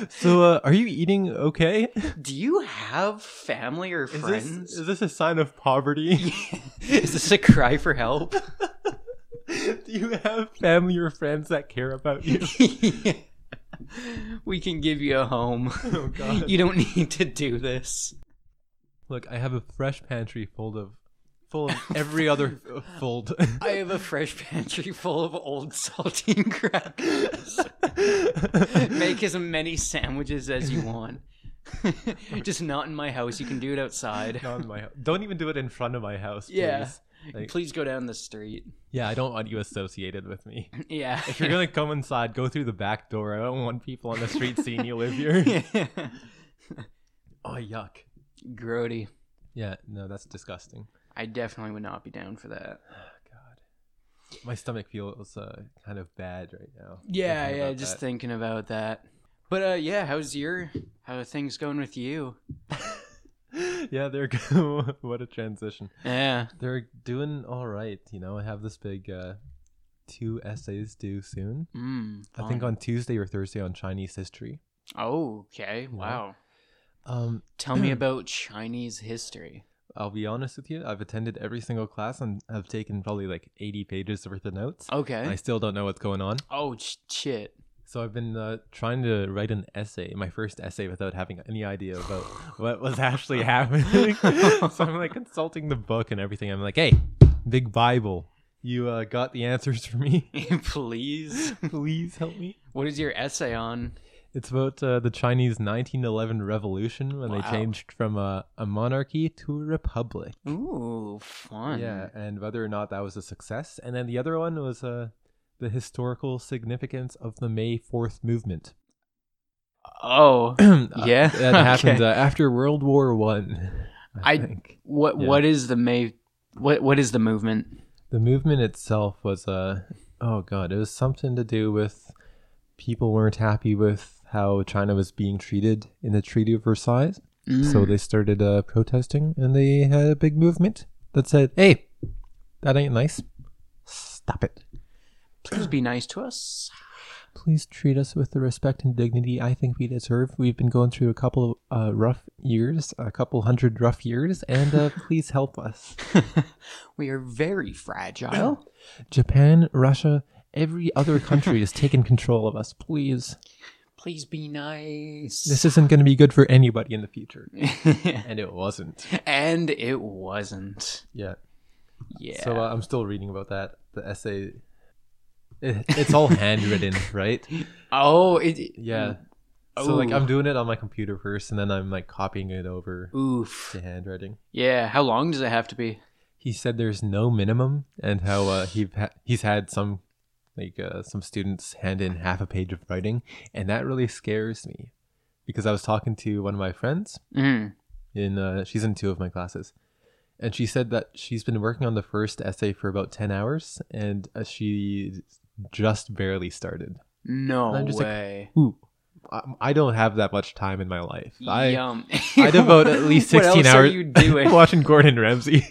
[SPEAKER 2] So, uh, are you eating okay?
[SPEAKER 1] Do you have family or
[SPEAKER 2] Is
[SPEAKER 1] friends?
[SPEAKER 2] this, is this a sign of poverty?
[SPEAKER 1] Is this a cry for help?
[SPEAKER 2] Do you have family or friends that care about you?
[SPEAKER 1] we can give you a home.
[SPEAKER 2] Oh, God.
[SPEAKER 1] You don't need to do this.
[SPEAKER 2] Look, I have a fresh pantry full of, full of every other uh, fold.
[SPEAKER 1] I have a fresh pantry full of old saltine crackers. Make as many sandwiches as you want. Just not in my house. You can do it outside.
[SPEAKER 2] Not in my hou- Don't even do it in front of my house, please.
[SPEAKER 1] Yeah.
[SPEAKER 2] Like-
[SPEAKER 1] Please go down the street.
[SPEAKER 2] Yeah, I don't want you associated with me.
[SPEAKER 1] Yeah.
[SPEAKER 2] If you're gonna come inside, go through the back door. I don't want people on the street seeing you live here. Oh yuck.
[SPEAKER 1] Grody.
[SPEAKER 2] Yeah, no, that's disgusting.
[SPEAKER 1] I definitely would not be down for that.
[SPEAKER 2] My stomach feels uh, kind of bad right now.
[SPEAKER 1] Yeah,
[SPEAKER 2] thinking
[SPEAKER 1] yeah,
[SPEAKER 2] about
[SPEAKER 1] just
[SPEAKER 2] that.
[SPEAKER 1] thinking about that. But uh yeah, how's your how are things going with you?
[SPEAKER 2] yeah, they're go- what a transition.
[SPEAKER 1] Yeah.
[SPEAKER 2] They're doing all right. You know, I have this big uh, two essays due soon.
[SPEAKER 1] Mm,
[SPEAKER 2] I think
[SPEAKER 1] fun.
[SPEAKER 2] on Tuesday or Thursday on Chinese history.
[SPEAKER 1] Oh, okay. Wow.
[SPEAKER 2] Um,
[SPEAKER 1] Tell me about Chinese history.
[SPEAKER 2] I'll be honest with you. I've attended every single class and have taken probably like 80 pages worth of notes.
[SPEAKER 1] Okay.
[SPEAKER 2] and I still don't know what's going on.
[SPEAKER 1] Oh sh- shit.
[SPEAKER 2] So I've been uh, trying to write an essay, my first essay, without having any idea about what was actually happening. so I'm like consulting the book and everything. I'm like, hey, big Bible, you uh, got the answers for me.
[SPEAKER 1] Please.
[SPEAKER 2] Please help me.
[SPEAKER 1] What is your essay on?
[SPEAKER 2] It's about uh, the Chinese 1911 revolution when they
[SPEAKER 1] Wow.
[SPEAKER 2] changed from a, a monarchy to a republic.
[SPEAKER 1] Ooh, fun.
[SPEAKER 2] Yeah, and whether or not that was a success. And then the other one was uh, the historical significance of the May 4th movement. Uh,
[SPEAKER 1] Oh. Yeah,
[SPEAKER 2] that happened
[SPEAKER 1] okay.
[SPEAKER 2] uh, after World War One. I,
[SPEAKER 1] I-
[SPEAKER 2] think
[SPEAKER 1] What
[SPEAKER 2] Yeah.
[SPEAKER 1] what is the May what what is the movement?
[SPEAKER 2] the movement itself was uh, oh god, it was something to do with people weren't happy with how China was being treated in the Treaty of Versailles,
[SPEAKER 1] Mm,
[SPEAKER 2] so they started uh, protesting and they had a big movement that said, "Hey, that ain't nice. Stop it.
[SPEAKER 1] Please be nice to us.
[SPEAKER 2] Please treat us with the respect and dignity I think we deserve. We've been going through a couple uh, rough years, a couple hundred rough years, and uh, please help us."
[SPEAKER 1] We are very fragile.
[SPEAKER 2] Japan, Russia, every other country has taken control of us. Please.
[SPEAKER 1] Please be nice.
[SPEAKER 2] This isn't going to be good for anybody in the future. and it wasn't.
[SPEAKER 1] and it wasn't.
[SPEAKER 2] Yeah.
[SPEAKER 1] Yeah.
[SPEAKER 2] So uh, I'm still reading about that. The essay. It, it's all handwritten, right?
[SPEAKER 1] oh, it,
[SPEAKER 2] Yeah. So like
[SPEAKER 1] Ooh.
[SPEAKER 2] I'm doing it on my computer first, and then I'm like copying it over
[SPEAKER 1] oof.
[SPEAKER 2] to handwriting.
[SPEAKER 1] Yeah. How long does it have to be?
[SPEAKER 2] He said there's no minimum, and how uh, he ha- he's had some like uh, some students hand in half a page of writing, and that really scares me because I was talking to one of my friends
[SPEAKER 1] Mm.
[SPEAKER 2] in uh, she's in two of my classes and she said that she's been working on the first essay for about 10 hours and uh, she just barely started
[SPEAKER 1] No
[SPEAKER 2] I'm just like,
[SPEAKER 1] way.
[SPEAKER 2] ooh I, I don't have that much time in my life i
[SPEAKER 1] Yum.
[SPEAKER 2] i devote at least 16
[SPEAKER 1] um, what else
[SPEAKER 2] hours
[SPEAKER 1] Are you doing?
[SPEAKER 2] watching gordon ramsay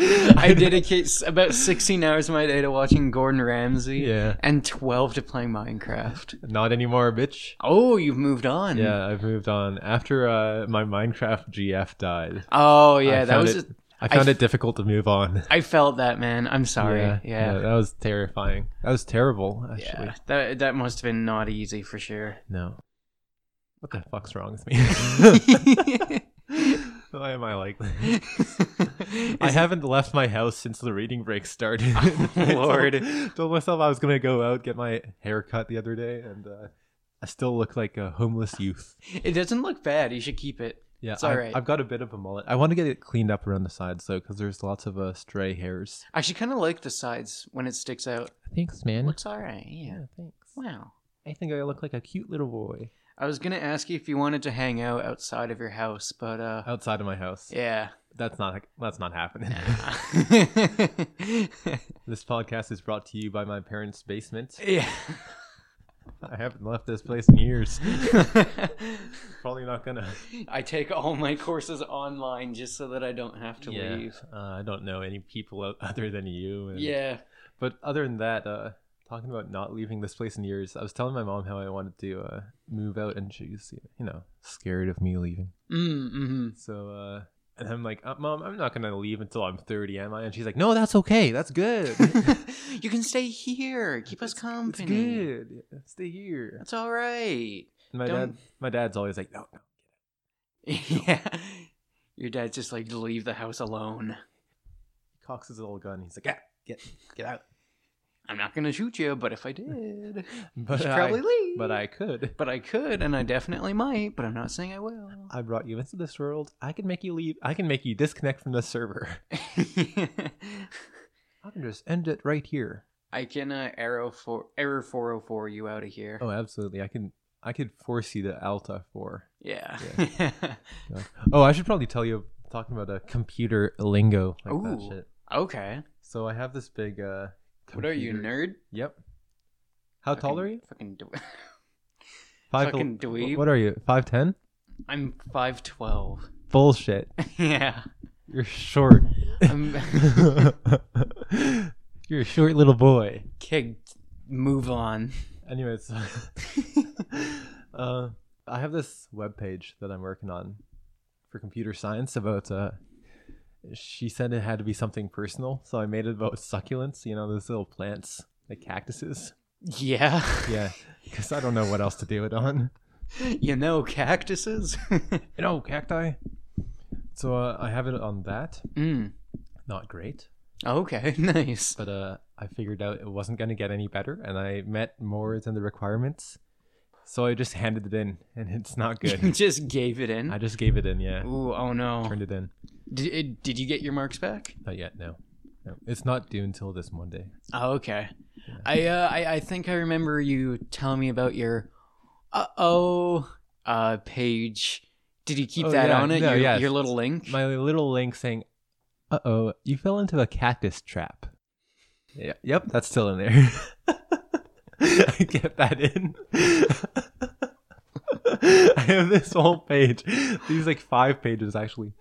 [SPEAKER 1] I dedicate s- about 16 hours of my day to watching Gordon Ramsay
[SPEAKER 2] yeah
[SPEAKER 1] and 12 to playing Minecraft.
[SPEAKER 2] not anymore bitch
[SPEAKER 1] Oh, you've moved on.
[SPEAKER 2] yeah i've moved on after uh, my minecraft gf died
[SPEAKER 1] Oh,
[SPEAKER 2] I
[SPEAKER 1] yeah. That
[SPEAKER 2] found
[SPEAKER 1] was.
[SPEAKER 2] it-
[SPEAKER 1] a-
[SPEAKER 2] i
[SPEAKER 1] I
[SPEAKER 2] found
[SPEAKER 1] f-
[SPEAKER 2] it difficult to move on
[SPEAKER 1] I felt that, man. I'm sorry.
[SPEAKER 2] yeah,
[SPEAKER 1] Yeah.
[SPEAKER 2] yeah, that was terrifying that was terrible actually
[SPEAKER 1] yeah. That that must have been not easy for sure.
[SPEAKER 2] No. What the fuck's wrong with me? Why am I like that? I haven't left my house since the reading break started. I
[SPEAKER 1] Lord.
[SPEAKER 2] told, told myself I was gonna go out get my hair cut the other day, and uh, I still look like a homeless youth.
[SPEAKER 1] It doesn't look bad. You should keep it.
[SPEAKER 2] Yeah,
[SPEAKER 1] It's all
[SPEAKER 2] I,
[SPEAKER 1] right.
[SPEAKER 2] I've got a bit of a mullet. I want to get it cleaned up around the sides though, because there's lots of uh, stray hairs.
[SPEAKER 1] I actually kind of like the sides when it sticks out.
[SPEAKER 2] Thanks, man.
[SPEAKER 1] Looks all right. Yeah.
[SPEAKER 2] thanks.
[SPEAKER 1] Wow.
[SPEAKER 2] I think I look like a cute little boy
[SPEAKER 1] I was gonna ask you if you wanted to hang out outside of your house, but uh,
[SPEAKER 2] outside of my house.
[SPEAKER 1] yeah.
[SPEAKER 2] That's not that's not happening. this podcast is brought to you by my parents' basement.
[SPEAKER 1] yeah.
[SPEAKER 2] I haven't left this place in years. Probably not gonna.
[SPEAKER 1] I take all my courses online just so that I don't have to leave.
[SPEAKER 2] uh, I don't know any people o- other than you. and-
[SPEAKER 1] Yeah.
[SPEAKER 2] But other than that, uh, talking about not leaving this place in years, I was telling my mom how I wanted to uh, move out, and she's you know scared of me leaving.
[SPEAKER 1] Mm-hmm.
[SPEAKER 2] So, uh, and I'm like, uh, Mom, I'm not gonna leave until I'm 30, am I? And she's like, No, that's okay. That's good.
[SPEAKER 1] you can stay here. Keep us
[SPEAKER 2] it's
[SPEAKER 1] company.
[SPEAKER 2] good. Stay here.
[SPEAKER 1] That's all right.
[SPEAKER 2] And my
[SPEAKER 1] Don't-
[SPEAKER 2] dad, my dad's always like, No, no.
[SPEAKER 1] yeah. Your dad's just like leave the house alone.
[SPEAKER 2] He cocks his little gun. He's like, Yeah, get, get out.
[SPEAKER 1] I'm not gonna shoot you, but if I did,
[SPEAKER 2] But
[SPEAKER 1] you'd
[SPEAKER 2] I,
[SPEAKER 1] probably leave.
[SPEAKER 2] but I could.
[SPEAKER 1] but I could, and I definitely might. But I'm not saying I will.
[SPEAKER 2] I brought you into this world. I can make you leave. I can make you disconnect from the server. I can just end it right here.
[SPEAKER 1] I can uh, arrow for error 404 you out of here.
[SPEAKER 2] Oh, absolutely. I can. I could force you to Alta for.
[SPEAKER 1] Yeah.
[SPEAKER 2] Oh, I should probably tell you. Talking about a computer lingo like that
[SPEAKER 1] Ooh.
[SPEAKER 2] shit.
[SPEAKER 1] okay.
[SPEAKER 2] So I have this big. uh
[SPEAKER 1] What are you,
[SPEAKER 2] computer-
[SPEAKER 1] nerd?
[SPEAKER 2] Yep. How tall
[SPEAKER 1] Fucking-
[SPEAKER 2] are you?
[SPEAKER 1] Fucking. Dw-
[SPEAKER 2] Five.
[SPEAKER 1] fucking dweeb.
[SPEAKER 2] What are you? Five ten?
[SPEAKER 1] I'm five twelve.
[SPEAKER 2] Bullshit.
[SPEAKER 1] yeah.
[SPEAKER 2] You're short.
[SPEAKER 1] I'm
[SPEAKER 2] You're a short little boy.
[SPEAKER 1] kicked. Move on.
[SPEAKER 2] Anyways, uh, I have this webpage that I'm working on for computer science about. Uh, she said it had to be something personal, so I made it about succulents. You know, those little plants, like cactuses.
[SPEAKER 1] Yeah.
[SPEAKER 2] Yeah, because I don't know what else to do it on.
[SPEAKER 1] you know cactuses.
[SPEAKER 2] You know, cacti. So uh, I have it on that.
[SPEAKER 1] mm.
[SPEAKER 2] Not great,
[SPEAKER 1] Okay. Nice.
[SPEAKER 2] but uh, I figured out it wasn't going to get any better, and I met more than the requirements. So I just handed it in, and it's not good.
[SPEAKER 1] just gave it in.
[SPEAKER 2] I just gave it in. Yeah.
[SPEAKER 1] Ooh, oh no.
[SPEAKER 2] turned it in.
[SPEAKER 1] Did, it- did you get your marks back?
[SPEAKER 2] Not yet. No, no. It's not due until this Monday.
[SPEAKER 1] Oh, okay. I, uh, I I think I remember you telling me about your uh oh uh page. Did you keep
[SPEAKER 2] Oh,
[SPEAKER 1] that
[SPEAKER 2] yeah,
[SPEAKER 1] on it?
[SPEAKER 2] no,
[SPEAKER 1] your,
[SPEAKER 2] yes.
[SPEAKER 1] your little link.
[SPEAKER 2] My little link saying, "Uh oh, you fell into a cactus trap." Yeah. Yep. That's still in there. I get that in. I have this whole page. These like five pages actually,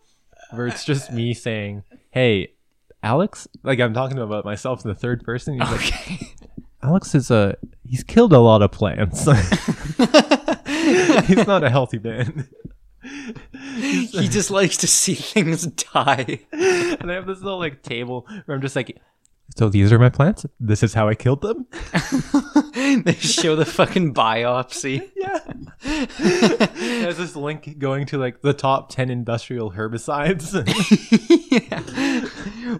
[SPEAKER 2] where it's just me saying, "Hey, Alex." Like I'm talking about myself in the third person. He's like,
[SPEAKER 1] okay.
[SPEAKER 2] Alex is a he's killed a lot of plants. he's not a healthy man.
[SPEAKER 1] he just likes to see things die.
[SPEAKER 2] and I have this little like table where I'm just like so these are my plants. This is how I killed them.
[SPEAKER 1] they show the fucking biopsy.
[SPEAKER 2] Yeah. There's this link going to like the top 10 industrial herbicides.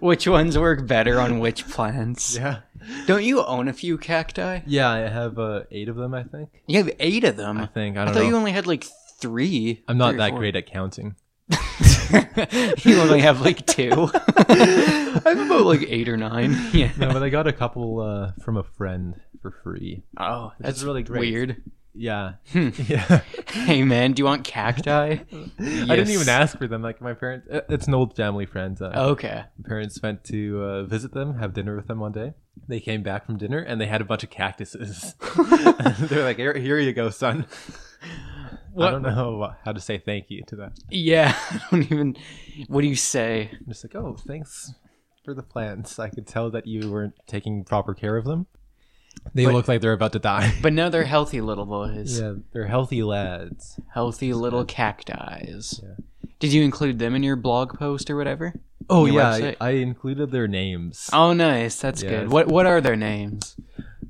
[SPEAKER 1] Which ones work better on which plants?
[SPEAKER 2] yeah.
[SPEAKER 1] Don't you own a few cacti?
[SPEAKER 2] Yeah, I have uh, 8 of them, I think.
[SPEAKER 1] You have eight of them.
[SPEAKER 2] I think I
[SPEAKER 1] I
[SPEAKER 2] don't
[SPEAKER 1] thought
[SPEAKER 2] know.
[SPEAKER 1] you only had like three.
[SPEAKER 2] I'm not
[SPEAKER 1] three or
[SPEAKER 2] that
[SPEAKER 1] four.
[SPEAKER 2] great at counting.
[SPEAKER 1] you only have like two. I have about like eight or nine. Yeah.
[SPEAKER 2] No, but I got a couple uh, from a friend for free.
[SPEAKER 1] Oh, that's
[SPEAKER 2] is really great.
[SPEAKER 1] Weird.
[SPEAKER 2] Yeah.
[SPEAKER 1] Hmm.
[SPEAKER 2] yeah.
[SPEAKER 1] Hey man, do you want cacti?
[SPEAKER 2] I
[SPEAKER 1] Yes.
[SPEAKER 2] didn't even ask for them. Like my parents, uh, it's an old family friend. Uh,
[SPEAKER 1] Okay.
[SPEAKER 2] my parents went to uh, visit them, have dinner with them one day. They came back from dinner and they had a bunch of cactuses. They're like, here, here you go, son. I don't know how to say thank you to them.
[SPEAKER 1] Yeah. I don't even. What do you say?
[SPEAKER 2] I'm just like, oh, thanks for the plants. I could tell that you weren't taking proper care of them. They
[SPEAKER 1] But-
[SPEAKER 2] look like they're about to die.
[SPEAKER 1] But now they're healthy little boys.
[SPEAKER 2] yeah, they're healthy lads.
[SPEAKER 1] Healthy little cacti's.
[SPEAKER 2] Yeah.
[SPEAKER 1] Did you include them in your blog post or whatever?
[SPEAKER 2] Oh
[SPEAKER 1] Your
[SPEAKER 2] yeah,
[SPEAKER 1] website?
[SPEAKER 2] I, I included their names.
[SPEAKER 1] Oh, nice. That's
[SPEAKER 2] Yeah,
[SPEAKER 1] good.
[SPEAKER 2] it's-
[SPEAKER 1] What What are their names?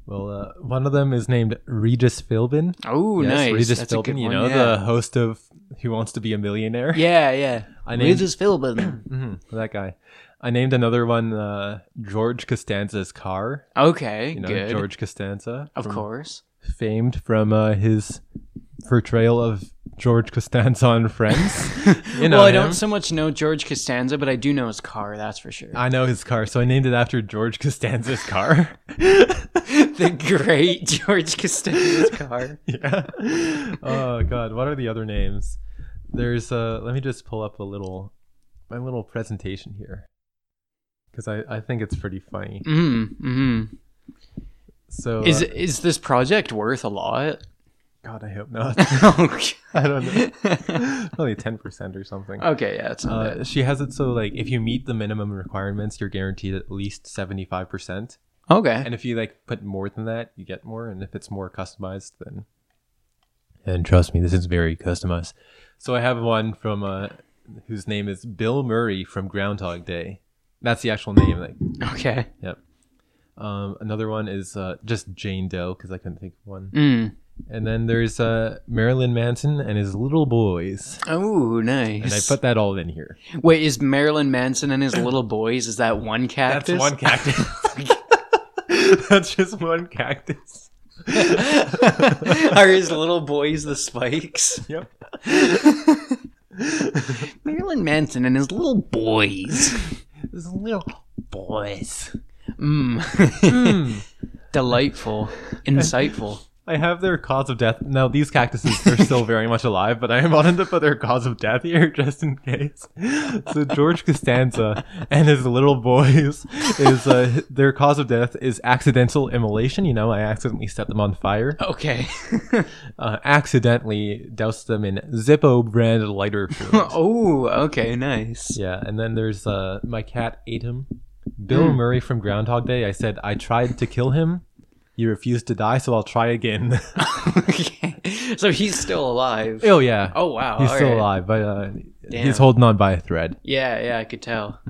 [SPEAKER 2] Well, uh, one of them is named Regis Philbin.
[SPEAKER 1] Oh,
[SPEAKER 2] Yes,
[SPEAKER 1] nice.
[SPEAKER 2] Regis
[SPEAKER 1] That's a good
[SPEAKER 2] Philbin, you
[SPEAKER 1] one,
[SPEAKER 2] know,
[SPEAKER 1] yeah.
[SPEAKER 2] the host of Who Wants to Be a Millionaire.
[SPEAKER 1] Yeah, yeah.
[SPEAKER 2] I named-
[SPEAKER 1] Regis Philbin.
[SPEAKER 2] Mhm, that guy. I named another one uh, George Costanza's car.
[SPEAKER 1] Okay,
[SPEAKER 2] You know,
[SPEAKER 1] good.
[SPEAKER 2] George Costanza,
[SPEAKER 1] of course.
[SPEAKER 2] famed from uh, his portrayal of George Costanza on Friends. You know
[SPEAKER 1] well, I
[SPEAKER 2] him.
[SPEAKER 1] don't so much know George Costanza, but I do know his car. That's for sure.
[SPEAKER 2] I know his car, so I named it after George Costanza's car.
[SPEAKER 1] the great George Costanza's car.
[SPEAKER 2] yeah. Oh God, what are the other names? There's uh let me just pull up a little my little presentation here. Cause I, I think it's pretty funny.
[SPEAKER 1] Mm, hmm
[SPEAKER 2] mm-hmm. So
[SPEAKER 1] Is
[SPEAKER 2] uh,
[SPEAKER 1] is this project worth a lot?
[SPEAKER 2] God, I hope not.
[SPEAKER 1] okay,
[SPEAKER 2] I don't know. Probably ten percent or something.
[SPEAKER 1] Okay, yeah, it's not
[SPEAKER 2] Uh, she has it so like if you meet the minimum requirements, you're guaranteed at least seventy five percent.
[SPEAKER 1] bad. Okay,
[SPEAKER 2] And if you like put more than that, you get more. And if it's more customized, then and trust me, this is very customized. So I have one from uh, whose name is Bill Murray from Groundhog Day. That's the actual name. Like,
[SPEAKER 1] okay.
[SPEAKER 2] yep. Um, another one is uh, just Jane Doe because I couldn't think of one.
[SPEAKER 1] Mm.
[SPEAKER 2] And then there's uh, Marilyn Manson and his little boys,
[SPEAKER 1] Oh,
[SPEAKER 2] and I
[SPEAKER 1] nice.
[SPEAKER 2] put that all in here.
[SPEAKER 1] Wait, is Marilyn Manson and his little boys? Is that one cactus?
[SPEAKER 2] cactus. That's just one cactus.
[SPEAKER 1] Are his little boys the spikes?
[SPEAKER 2] Yep.
[SPEAKER 1] Marilyn Manson and his little boys.
[SPEAKER 2] There's a little boys.
[SPEAKER 1] Mm. Delightful, insightful.
[SPEAKER 2] I have their cause of death. Now these cactuses are still very much alive, but I wanted to put their cause of death here just in case. So George Costanza and his little boys is uh, their cause of death is accidental immolation. You know, I accidentally set them on fire.
[SPEAKER 1] Okay.
[SPEAKER 2] Uh, accidentally doused them in Zippo brand lighter fluid.
[SPEAKER 1] oh, okay, nice.
[SPEAKER 2] Yeah, and then there's uh, my cat ate him. Bill Murray from Groundhog Day. I said I tried to kill him. You refused to die, so I'll try again.
[SPEAKER 1] okay. So he's still alive.
[SPEAKER 2] oh yeah.
[SPEAKER 1] Oh wow.
[SPEAKER 2] He's
[SPEAKER 1] all
[SPEAKER 2] still
[SPEAKER 1] right.
[SPEAKER 2] alive, but uh,
[SPEAKER 1] Damn.
[SPEAKER 2] he's holding on by a thread.
[SPEAKER 1] Yeah, yeah, I could tell.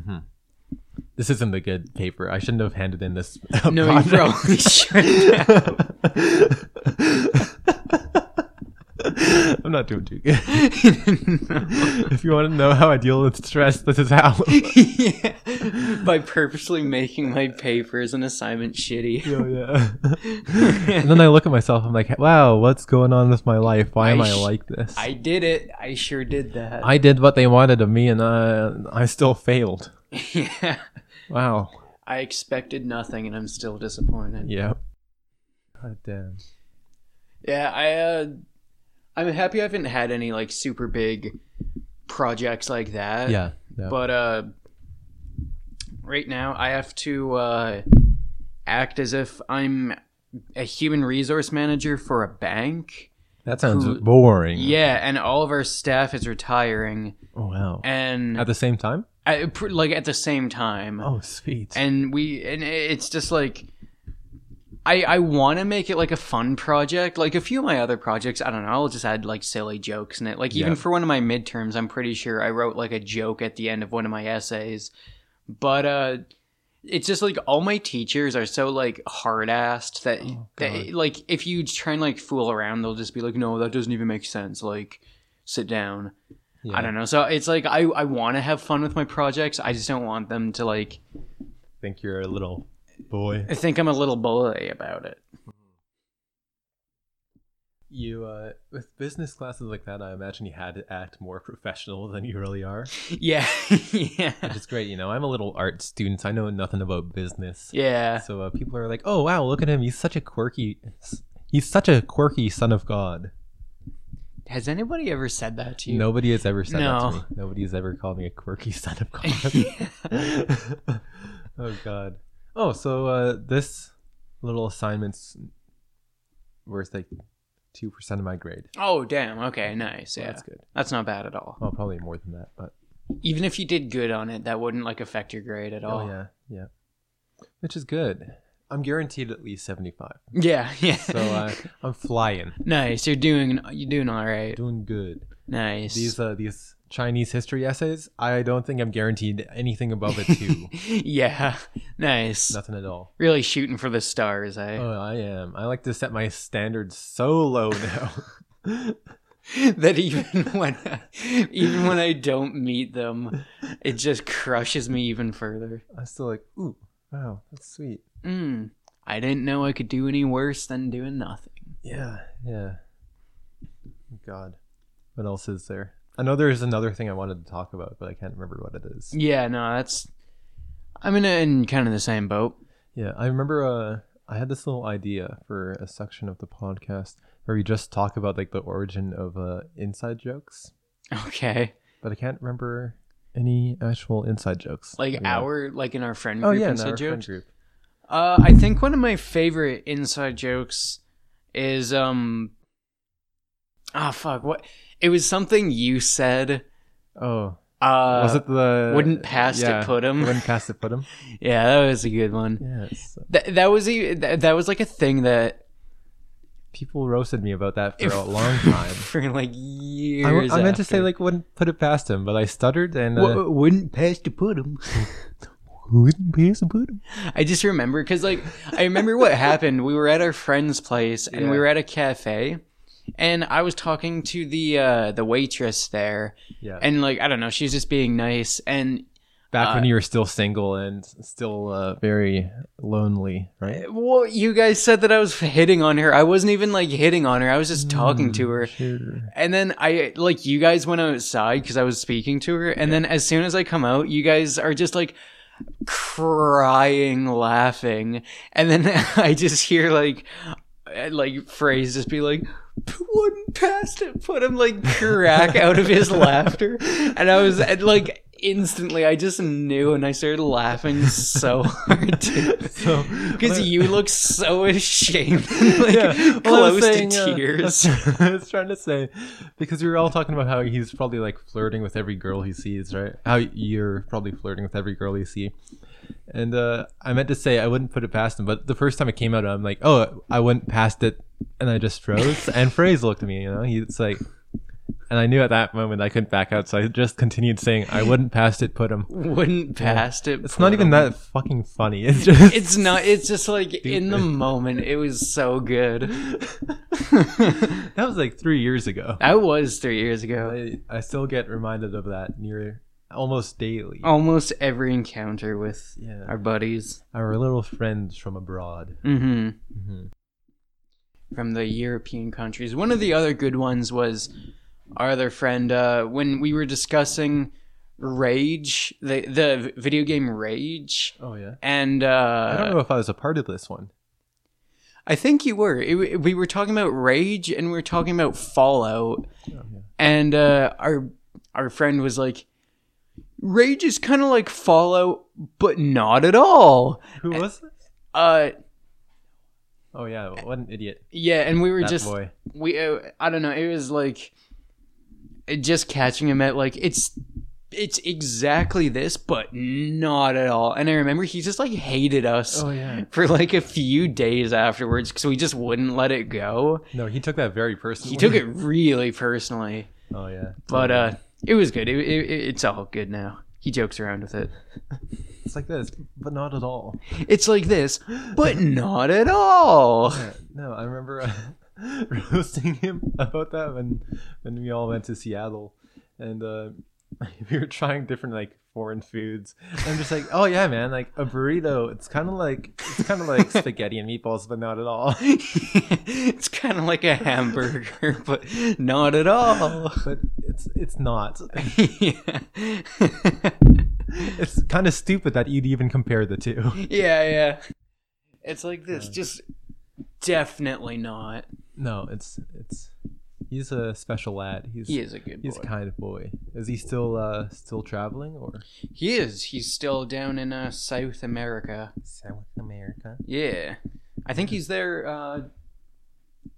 [SPEAKER 2] This isn't a good paper. I shouldn't have handed in this.
[SPEAKER 1] No, you probably should.
[SPEAKER 2] I'm not doing too good. if you want to know how I deal with stress, this is how. oh,
[SPEAKER 1] yeah. By purposely making my papers and assignments shitty.
[SPEAKER 2] Oh, yeah. and then I look at myself. I'm like, wow, what's going on with my life? Why am
[SPEAKER 1] I
[SPEAKER 2] I,
[SPEAKER 1] sh-
[SPEAKER 2] like this? I,
[SPEAKER 1] I did it. I sure did that.
[SPEAKER 2] did what they wanted of me, and uh, I still failed.
[SPEAKER 1] yeah.
[SPEAKER 2] Wow.
[SPEAKER 1] I expected nothing and I'm still disappointed.
[SPEAKER 2] Yeah. God damn.
[SPEAKER 1] Yeah, I uh I'm happy I haven't had any like super big projects like that.
[SPEAKER 2] Yeah. yeah.
[SPEAKER 1] But uh right now I have to uh act as if I'm a human resource manager for a bank.
[SPEAKER 2] that sounds
[SPEAKER 1] who-
[SPEAKER 2] boring.
[SPEAKER 1] Yeah, and all of our staff is retiring
[SPEAKER 2] Oh, wow.
[SPEAKER 1] and
[SPEAKER 2] At the same time?
[SPEAKER 1] I- pr- like at the same time.
[SPEAKER 2] Oh, sweet.
[SPEAKER 1] and we and it's just like i i want to make it like a fun project like a few of my other projects i don't know i'll just add like silly jokes in it like even
[SPEAKER 2] Yeah.
[SPEAKER 1] for one of my midterms i'm pretty sure i wrote like a joke at the end of one of my essays but uh it's just like all my teachers are so like hard-assed that, that
[SPEAKER 2] Oh, God.
[SPEAKER 1] like if you try and like fool around they'll just be like no that doesn't even make sense like sit down i don't know so it's like i i want to have fun with my projects i just don't want them to like
[SPEAKER 2] think you're a little boy.
[SPEAKER 1] I think I'm a little bully about it.
[SPEAKER 2] You uh, with business classes like that, I imagine you had to act more professional than you really are,
[SPEAKER 1] Yeah, yeah,
[SPEAKER 2] which is great. You know, I'm a little art student. So I know nothing about business,
[SPEAKER 1] yeah,
[SPEAKER 2] so uh, people are like, "Oh wow, look at him! He's such a quirky, he's such a quirky son of God."
[SPEAKER 1] Has anybody ever said that to you?
[SPEAKER 2] Nobody has ever said that
[SPEAKER 1] No.
[SPEAKER 2] to me. Nobody has ever called me a quirky son of God. oh God. Oh, so uh, this little assignment's worth like two percent of my grade.
[SPEAKER 1] Oh, damn. Okay, nice.
[SPEAKER 2] So
[SPEAKER 1] Yeah,
[SPEAKER 2] that's good.
[SPEAKER 1] that's not bad at all.
[SPEAKER 2] Well, probably more than that, but
[SPEAKER 1] Even if you did good on it, that wouldn't like affect your grade at all.
[SPEAKER 2] oh yeah, yeah, which is good. I'm guaranteed at least seventy-five,
[SPEAKER 1] yeah, yeah.
[SPEAKER 2] so uh, I'm flying,
[SPEAKER 1] nice. You're doing. You're doing all right.
[SPEAKER 2] doing good.
[SPEAKER 1] Nice.
[SPEAKER 2] These uh, these Chinese history essays, I don't think I'm guaranteed anything above a two,
[SPEAKER 1] yeah. Nice.
[SPEAKER 2] nothing at all.
[SPEAKER 1] Really shooting for the stars. eh? I.
[SPEAKER 2] Oh, I am. I like to set my standards so low now.
[SPEAKER 1] that even when I, even when I don't meet them, it just crushes me even further.
[SPEAKER 2] I'm still like, ooh, wow, that's sweet.
[SPEAKER 1] Mm, I didn't know I could do any worse than doing nothing.
[SPEAKER 2] Yeah, yeah. God, What else is there? I know there's another thing I wanted to talk about, but I can't remember what it is.
[SPEAKER 1] Yeah, no, that's. I'm in, a, in kind of the same boat.
[SPEAKER 2] Yeah, I remember uh, I had this little idea for a section of the podcast where we just talk about like the origin of uh, inside jokes,
[SPEAKER 1] Okay.
[SPEAKER 2] but I can't remember any actual inside jokes.
[SPEAKER 1] Like
[SPEAKER 2] Yeah.
[SPEAKER 1] our like in our friend
[SPEAKER 2] oh
[SPEAKER 1] group
[SPEAKER 2] yeah, in
[SPEAKER 1] inside
[SPEAKER 2] our friend
[SPEAKER 1] jokes.
[SPEAKER 2] group.
[SPEAKER 1] Uh, I think one of my favorite inside jokes is um. Ah fuck! What it was something you said.
[SPEAKER 2] Oh,
[SPEAKER 1] Uh,
[SPEAKER 2] was it the
[SPEAKER 1] wouldn't past it
[SPEAKER 2] yeah,
[SPEAKER 1] put 'em?
[SPEAKER 2] Wouldn't past it put him.
[SPEAKER 1] Yeah, that was a good one.
[SPEAKER 2] Yes,
[SPEAKER 1] That that was a that, that was like a thing that
[SPEAKER 2] people roasted me about that for a long time.
[SPEAKER 1] for like years.
[SPEAKER 2] I, w- I meant to say
[SPEAKER 1] after.
[SPEAKER 2] like wouldn't put it past him, but I stuttered and uh,
[SPEAKER 1] W- wouldn't pass to put 'em.
[SPEAKER 2] wouldn't past it put him.
[SPEAKER 1] I just remember because like I remember what happened. We were at our friend's place and we
[SPEAKER 2] Yeah.
[SPEAKER 1] were at a cafe, and I was talking to the uh, the waitress there,
[SPEAKER 2] Yeah,
[SPEAKER 1] and uh, like I don't know, she was just being nice, and
[SPEAKER 2] back when you were still single and still uh, very lonely, right?
[SPEAKER 1] uh, well, you guys said that I was hitting on her. I wasn't even like hitting on her. I was just talking
[SPEAKER 2] Hmm.
[SPEAKER 1] to her.
[SPEAKER 2] Sure.
[SPEAKER 1] And then I like you guys went outside because I was speaking to her, and then as soon as I come out, you guys are just like crying, laughing, and then I just hear like uh, like phrase just be like wouldn't past it put him like crack out of his laughter and i was and, like instantly i just knew and i started laughing so hard
[SPEAKER 2] So
[SPEAKER 1] because you look so ashamed and, like
[SPEAKER 2] Yeah, well, I
[SPEAKER 1] close
[SPEAKER 2] was saying,
[SPEAKER 1] to
[SPEAKER 2] uh,
[SPEAKER 1] tears
[SPEAKER 2] I was trying to say because we were all talking about how he's probably like flirting with every girl he sees, right? How you're probably flirting with every girl you see. And uh, I meant to say I wouldn't put it past him, but the first time it came out, I'm like, oh, I went past it, and I just froze. and Phrase looked at me, you know, he's like, and I knew at that moment I couldn't back out, so I just continued saying, I wouldn't past it, put him.
[SPEAKER 1] wouldn't past it
[SPEAKER 2] It's not even that fucking funny. It's just
[SPEAKER 1] It's not. It's just like in the moment, it was so good. that
[SPEAKER 2] that was like three years ago.
[SPEAKER 1] was three years ago.
[SPEAKER 2] I, I still get reminded of that near almost daily.
[SPEAKER 1] Almost every encounter with
[SPEAKER 2] Yeah.
[SPEAKER 1] our buddies
[SPEAKER 2] Our little friends from abroad.
[SPEAKER 1] hmm
[SPEAKER 2] Mhm.
[SPEAKER 1] from the European countries. One of the other good ones was our other friend uh, when we were discussing Rage, the the video game Rage,
[SPEAKER 2] Oh yeah.
[SPEAKER 1] and uh,
[SPEAKER 2] I don't know if I was a part of this one.
[SPEAKER 1] I think you were. It, we were talking about Rage and we were talking about Fallout,
[SPEAKER 2] Oh,
[SPEAKER 1] and uh, our our friend was like, "Rage is kind of like Fallout, but not at all."
[SPEAKER 2] Who was this?
[SPEAKER 1] Uh,
[SPEAKER 2] Oh yeah, what an idiot.
[SPEAKER 1] yeah, and we were
[SPEAKER 2] That
[SPEAKER 1] just
[SPEAKER 2] boy.
[SPEAKER 1] we. Uh, I don't know. It was like it just catching him at like it's it's exactly this, but not at all. And I remember he just like hated us.
[SPEAKER 2] yeah.
[SPEAKER 1] For like a few days afterwards, because we just wouldn't let it go.
[SPEAKER 2] No, he took that very personally.
[SPEAKER 1] He took it really personally.
[SPEAKER 2] Oh yeah.
[SPEAKER 1] But uh, it was good. It, it, it's all good now. He jokes around with it.
[SPEAKER 2] It's like this, but not at all.
[SPEAKER 1] It's like this, but not at all.
[SPEAKER 2] Yeah, no, I remember uh, roasting him about that when when we all went to Seattle, and uh, we were trying different like foreign foods. And I'm just like, oh yeah, man, like a burrito. It's kind of like it's kind of like spaghetti and meatballs, but not at all.
[SPEAKER 1] it's kind of like a hamburger, but not at all.
[SPEAKER 2] But it's it's not.
[SPEAKER 1] yeah. yeah,
[SPEAKER 2] It's kind of stupid that you'd even compare the two.
[SPEAKER 1] yeah. It's like this, just definitely not.
[SPEAKER 2] No, it's it's he's a special lad. He's
[SPEAKER 1] He is a good boy.
[SPEAKER 2] he's a kind of boy. Is he still uh still traveling or
[SPEAKER 1] He is. He's still down in uh, South America.
[SPEAKER 2] South America?
[SPEAKER 1] Yeah. I think he's there uh,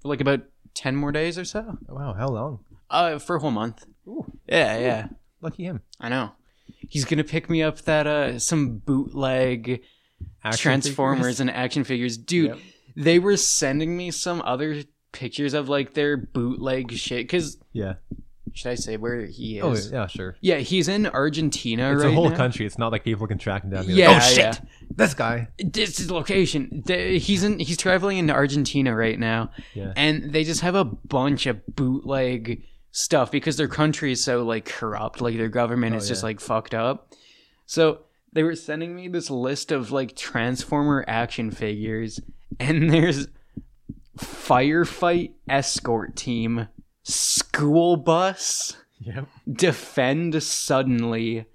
[SPEAKER 1] for like about 10 more days or so.
[SPEAKER 2] Wow, how long?
[SPEAKER 1] Uh, for a whole month.
[SPEAKER 2] Ooh.
[SPEAKER 1] Yeah, yeah.
[SPEAKER 2] Lucky him.
[SPEAKER 1] I know. He's gonna pick me up that uh some bootleg
[SPEAKER 2] Action
[SPEAKER 1] Transformers
[SPEAKER 2] figures?
[SPEAKER 1] and action figures, dude.
[SPEAKER 2] Yep.
[SPEAKER 1] They were sending me some other pictures of like their bootleg shit. Cause
[SPEAKER 2] Yeah.
[SPEAKER 1] should I say where he
[SPEAKER 2] Oh
[SPEAKER 1] is?
[SPEAKER 2] yeah, sure.
[SPEAKER 1] yeah. he's in Argentina
[SPEAKER 2] It's
[SPEAKER 1] right
[SPEAKER 2] a whole
[SPEAKER 1] now.
[SPEAKER 2] country. It's not like people can track him down. and be like,
[SPEAKER 1] Yeah,
[SPEAKER 2] oh shit,
[SPEAKER 1] yeah.
[SPEAKER 2] this guy.
[SPEAKER 1] This is location. They- He's in. He's traveling into Argentina right now,
[SPEAKER 2] Yeah.
[SPEAKER 1] and they just have a bunch of bootleg stuff because their country is so like corrupt. Like their government is just
[SPEAKER 2] Oh, yeah.
[SPEAKER 1] like fucked up. So they were sending me this list of like Transformer action figures, and there's firefight escort team school bus,
[SPEAKER 2] Yep.
[SPEAKER 1] defend suddenly,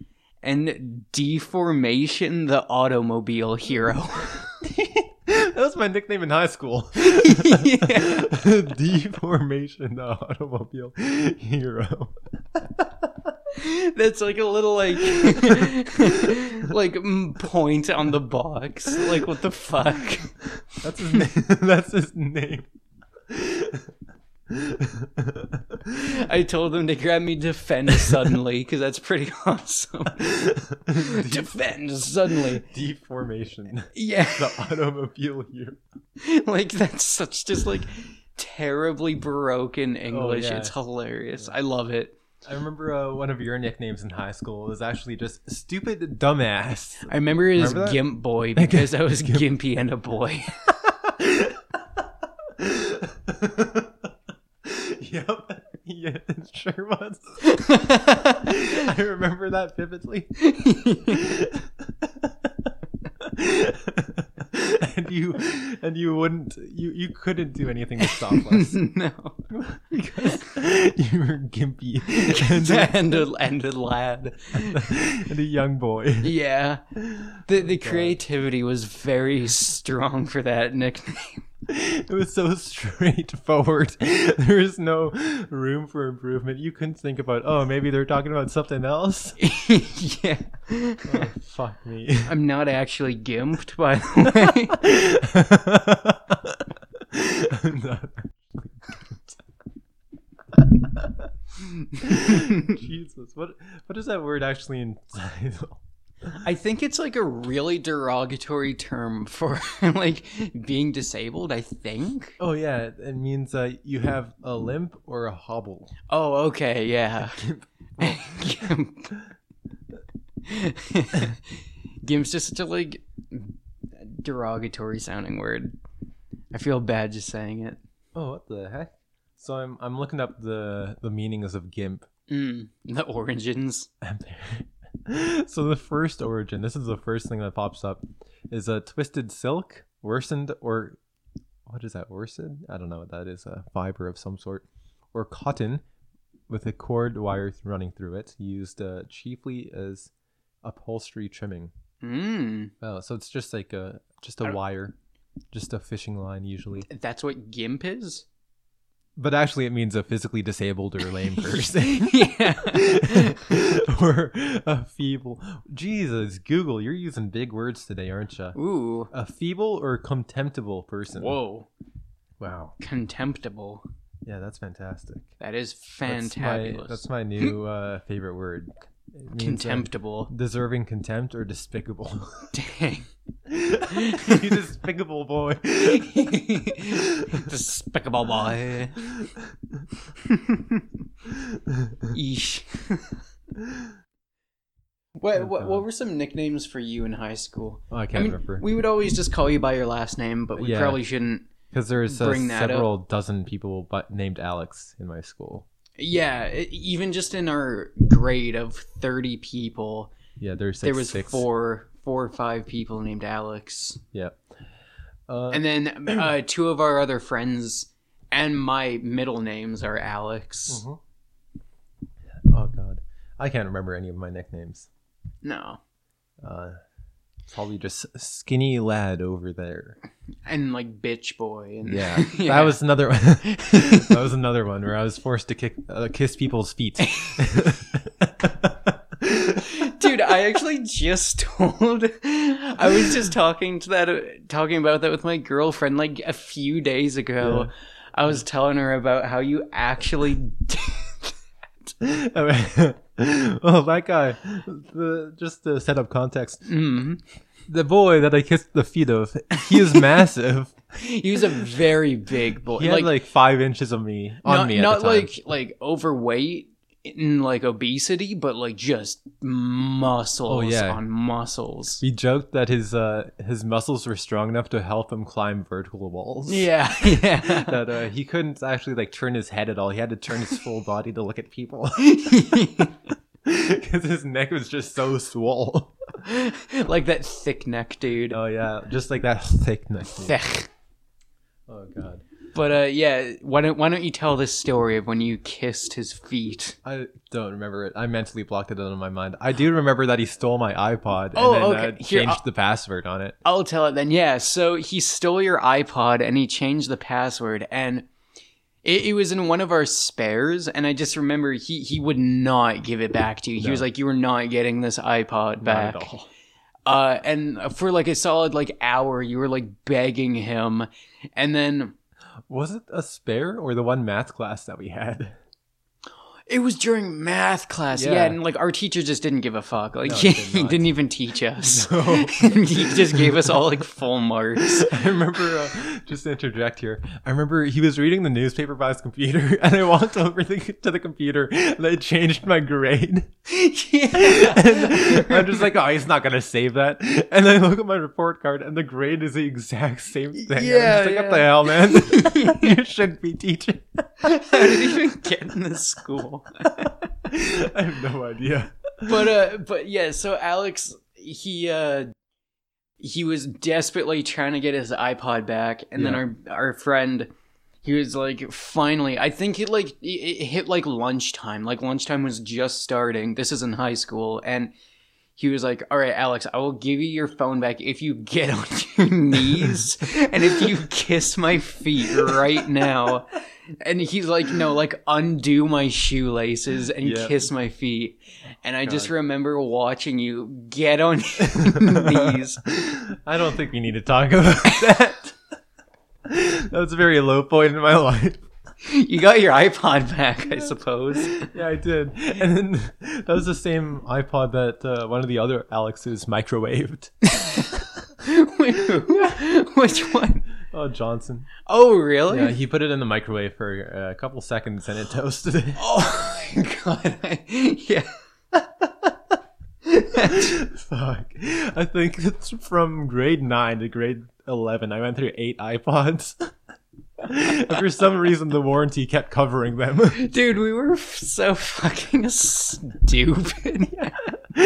[SPEAKER 1] and deformation the automobile hero.
[SPEAKER 2] That was my nickname in high school. Deformation, the automobile hero.
[SPEAKER 1] That's like a little like like mm, point on the box. Like what the fuck?
[SPEAKER 2] That's his name. That's his name.
[SPEAKER 1] I told them to grab me defend suddenly because that's pretty awesome. defend suddenly.
[SPEAKER 2] Deformation,
[SPEAKER 1] Yeah.
[SPEAKER 2] the automobile hero.
[SPEAKER 1] like that's such just like terribly broken English.
[SPEAKER 2] Oh, yeah.
[SPEAKER 1] It's hilarious. I love it.
[SPEAKER 2] I remember uh, one of your nicknames in high school was actually just stupid dumbass.
[SPEAKER 1] I remember it as
[SPEAKER 2] Remember that?
[SPEAKER 1] Gimp Boy because I was gimpy and a boy.
[SPEAKER 2] yep. Yeah, it sure was. I remember that vividly. and you and you wouldn't you you couldn't do anything to stop us
[SPEAKER 1] no.
[SPEAKER 2] because you were gimpy and,
[SPEAKER 1] and, a, and a lad.
[SPEAKER 2] and a young boy.
[SPEAKER 1] Yeah. The the creativity was very strong for that nickname.
[SPEAKER 2] It was so straightforward. There was no room for improvement. You couldn't think about, oh, maybe they're talking about something else.
[SPEAKER 1] yeah.
[SPEAKER 2] Oh, fuck me.
[SPEAKER 1] I'm not actually gimped by the way.
[SPEAKER 2] Jesus, what what is that word actually entitle?
[SPEAKER 1] I think it's like a really derogatory term for like being disabled, I think.
[SPEAKER 2] Oh yeah, it- it means uh, you have a limp or a hobble.
[SPEAKER 1] Oh, okay, yeah. Gimp. Gimp's just such a like derogatory sounding word. I feel bad just saying it.
[SPEAKER 2] Oh, what the heck? So I'm I'm looking up the the meanings of gimp.
[SPEAKER 1] Mm, the origins.
[SPEAKER 2] so the first origin, this is the first thing that pops up, is a twisted silk, worsened or what is that? Worsened? I don't know what that is. A fiber of some sort, or cotton, with a cord wire th- running through it, used uh, chiefly as upholstery trimming.
[SPEAKER 1] Mm,
[SPEAKER 2] Oh, so it's just like a just a
[SPEAKER 1] don't-
[SPEAKER 2] wire, just a fishing line usually.
[SPEAKER 1] that's what gimp is?
[SPEAKER 2] But actually, it means a physically disabled or lame person.
[SPEAKER 1] yeah.
[SPEAKER 2] or a feeble. Jesus, Google, you're using big words today, aren't you?
[SPEAKER 1] Ooh.
[SPEAKER 2] A feeble or contemptible person.
[SPEAKER 1] Whoa.
[SPEAKER 2] Wow.
[SPEAKER 1] Contemptible.
[SPEAKER 2] Yeah, that's fantastic.
[SPEAKER 1] That is
[SPEAKER 2] That's my-
[SPEAKER 1] fantabulous.
[SPEAKER 2] That's my, new uh, favorite word. It means, uh,
[SPEAKER 1] Contemptible.
[SPEAKER 2] Deserving contempt or despicable.
[SPEAKER 1] Dang.
[SPEAKER 2] you despicable boy.
[SPEAKER 1] Despicable boy. Eesh. what, what what were some nicknames for you in high school?
[SPEAKER 2] Oh, I
[SPEAKER 1] I
[SPEAKER 2] can't
[SPEAKER 1] mean,
[SPEAKER 2] remember.
[SPEAKER 1] we would always just call you by your last name, but we
[SPEAKER 2] Yeah.
[SPEAKER 1] probably shouldn't.
[SPEAKER 2] Because there's uh,
[SPEAKER 1] bring that up.
[SPEAKER 2] several dozen people but named Alex in my school.
[SPEAKER 1] Yeah, e- even just in our grade of thirty people,
[SPEAKER 2] Yeah, there's like
[SPEAKER 1] there was
[SPEAKER 2] six.
[SPEAKER 1] four, four or five people named Alex,
[SPEAKER 2] Yeah. Uh,
[SPEAKER 1] and then uh, two of our other friends and my middle names are Alex.
[SPEAKER 2] Mhm.
[SPEAKER 1] Mm-hmm.
[SPEAKER 2] Oh god, I can't remember any of my nicknames.
[SPEAKER 1] No,
[SPEAKER 2] Uh, probably just skinny lad over there.
[SPEAKER 1] and like bitch boy, and
[SPEAKER 2] Yeah, that was another. that was another one where I was forced to kick, uh, kiss people's feet.
[SPEAKER 1] Dude, I actually just told. I was just talking to that, talking about that with my girlfriend like a few days ago. I was telling her about how you actually. did-
[SPEAKER 2] well, that guy. The, just to set up context,
[SPEAKER 1] Mm.
[SPEAKER 2] the boy that I kissed the feet of, he is massive.
[SPEAKER 1] He was a very big boy,
[SPEAKER 2] He had like, five inches of me on
[SPEAKER 1] not,
[SPEAKER 2] me. At
[SPEAKER 1] not
[SPEAKER 2] the time.
[SPEAKER 1] like like overweight and like obesity, but like just muscles
[SPEAKER 2] Oh, yeah.
[SPEAKER 1] on muscles.
[SPEAKER 2] He joked that his uh, his muscles were strong enough to help him climb vertical walls.
[SPEAKER 1] Yeah, yeah.
[SPEAKER 2] That uh, he couldn't actually like turn his head at all. He had to turn his full body to look at people because his neck was just so swole.
[SPEAKER 1] like that thick neck dude.
[SPEAKER 2] Oh yeah, just like that thick neck.
[SPEAKER 1] Thick.
[SPEAKER 2] Oh god.
[SPEAKER 1] But uh, yeah, why don't why don't you tell this story of when you kissed his feet?
[SPEAKER 2] I don't remember it. I mentally blocked it out of my mind. I do remember that he stole my iPod and
[SPEAKER 1] Oh,
[SPEAKER 2] then
[SPEAKER 1] okay.
[SPEAKER 2] uh, changed
[SPEAKER 1] Here, I'll-
[SPEAKER 2] the password on it.
[SPEAKER 1] I'll tell it then. Yeah, so he stole your iPod and he changed the password and it, it was in one of our spares and I just remember he he would not give it back to you. He
[SPEAKER 2] No.
[SPEAKER 1] was like you were not getting this iPod back.
[SPEAKER 2] Not at all.
[SPEAKER 1] Uh and for like a solid like hour you were like begging him and then
[SPEAKER 2] Was it a spare or the one math class that we had?
[SPEAKER 1] It was during math class, yeah.
[SPEAKER 2] Yeah.
[SPEAKER 1] and like our teacher just didn't give a fuck. Like
[SPEAKER 2] No,
[SPEAKER 1] he
[SPEAKER 2] he
[SPEAKER 1] did
[SPEAKER 2] did not.
[SPEAKER 1] not even teach us.
[SPEAKER 2] No.
[SPEAKER 1] he just gave us all like full marks.
[SPEAKER 2] I remember, uh, just to interject here, I remember he was reading the newspaper by his computer, and I walked over the, to the computer and I changed my grade.
[SPEAKER 1] yeah.
[SPEAKER 2] I'm just like, oh, he's not gonna save that. And I look at my report card, and the grade is the exact same thing. I'm
[SPEAKER 1] Yeah,
[SPEAKER 2] just like,
[SPEAKER 1] yeah.
[SPEAKER 2] what the hell, man? you shouldn't be teaching.
[SPEAKER 1] How did he even get in this school?
[SPEAKER 2] I have no idea.
[SPEAKER 1] But uh, but yeah. So Alex, he uh, he was desperately trying to get his iPod back, and then our our friend. He was like, finally. I think it like it it hit like lunchtime. Like lunchtime was just starting. This is in high school, and he was like, "All right, Alex, I will give you your phone back if you get on your knees and if you kiss my feet right now." And he's like, "No, like undo my shoelaces and
[SPEAKER 2] Yeah.
[SPEAKER 1] kiss my feet." And I just
[SPEAKER 2] God.
[SPEAKER 1] remember watching you get on your knees.
[SPEAKER 2] I don't think we need to talk about that. that was a very low point in my life.
[SPEAKER 1] You got your iPod back, I suppose.
[SPEAKER 2] Yeah, I did. And then that was the same iPod that uh, one of the other Alexes microwaved.
[SPEAKER 1] Wait, who- Which one?
[SPEAKER 2] Oh, Johnson.
[SPEAKER 1] Oh, really?
[SPEAKER 2] Yeah, he put it in the microwave for uh, a couple seconds and it toasted it.
[SPEAKER 1] Oh my god! yeah.
[SPEAKER 2] Fuck. I think it's from grade 9 to grade 11. I went through eight iPods. and for some reason, the warranty kept covering them.
[SPEAKER 1] Dude, we were f- so fucking stupid. we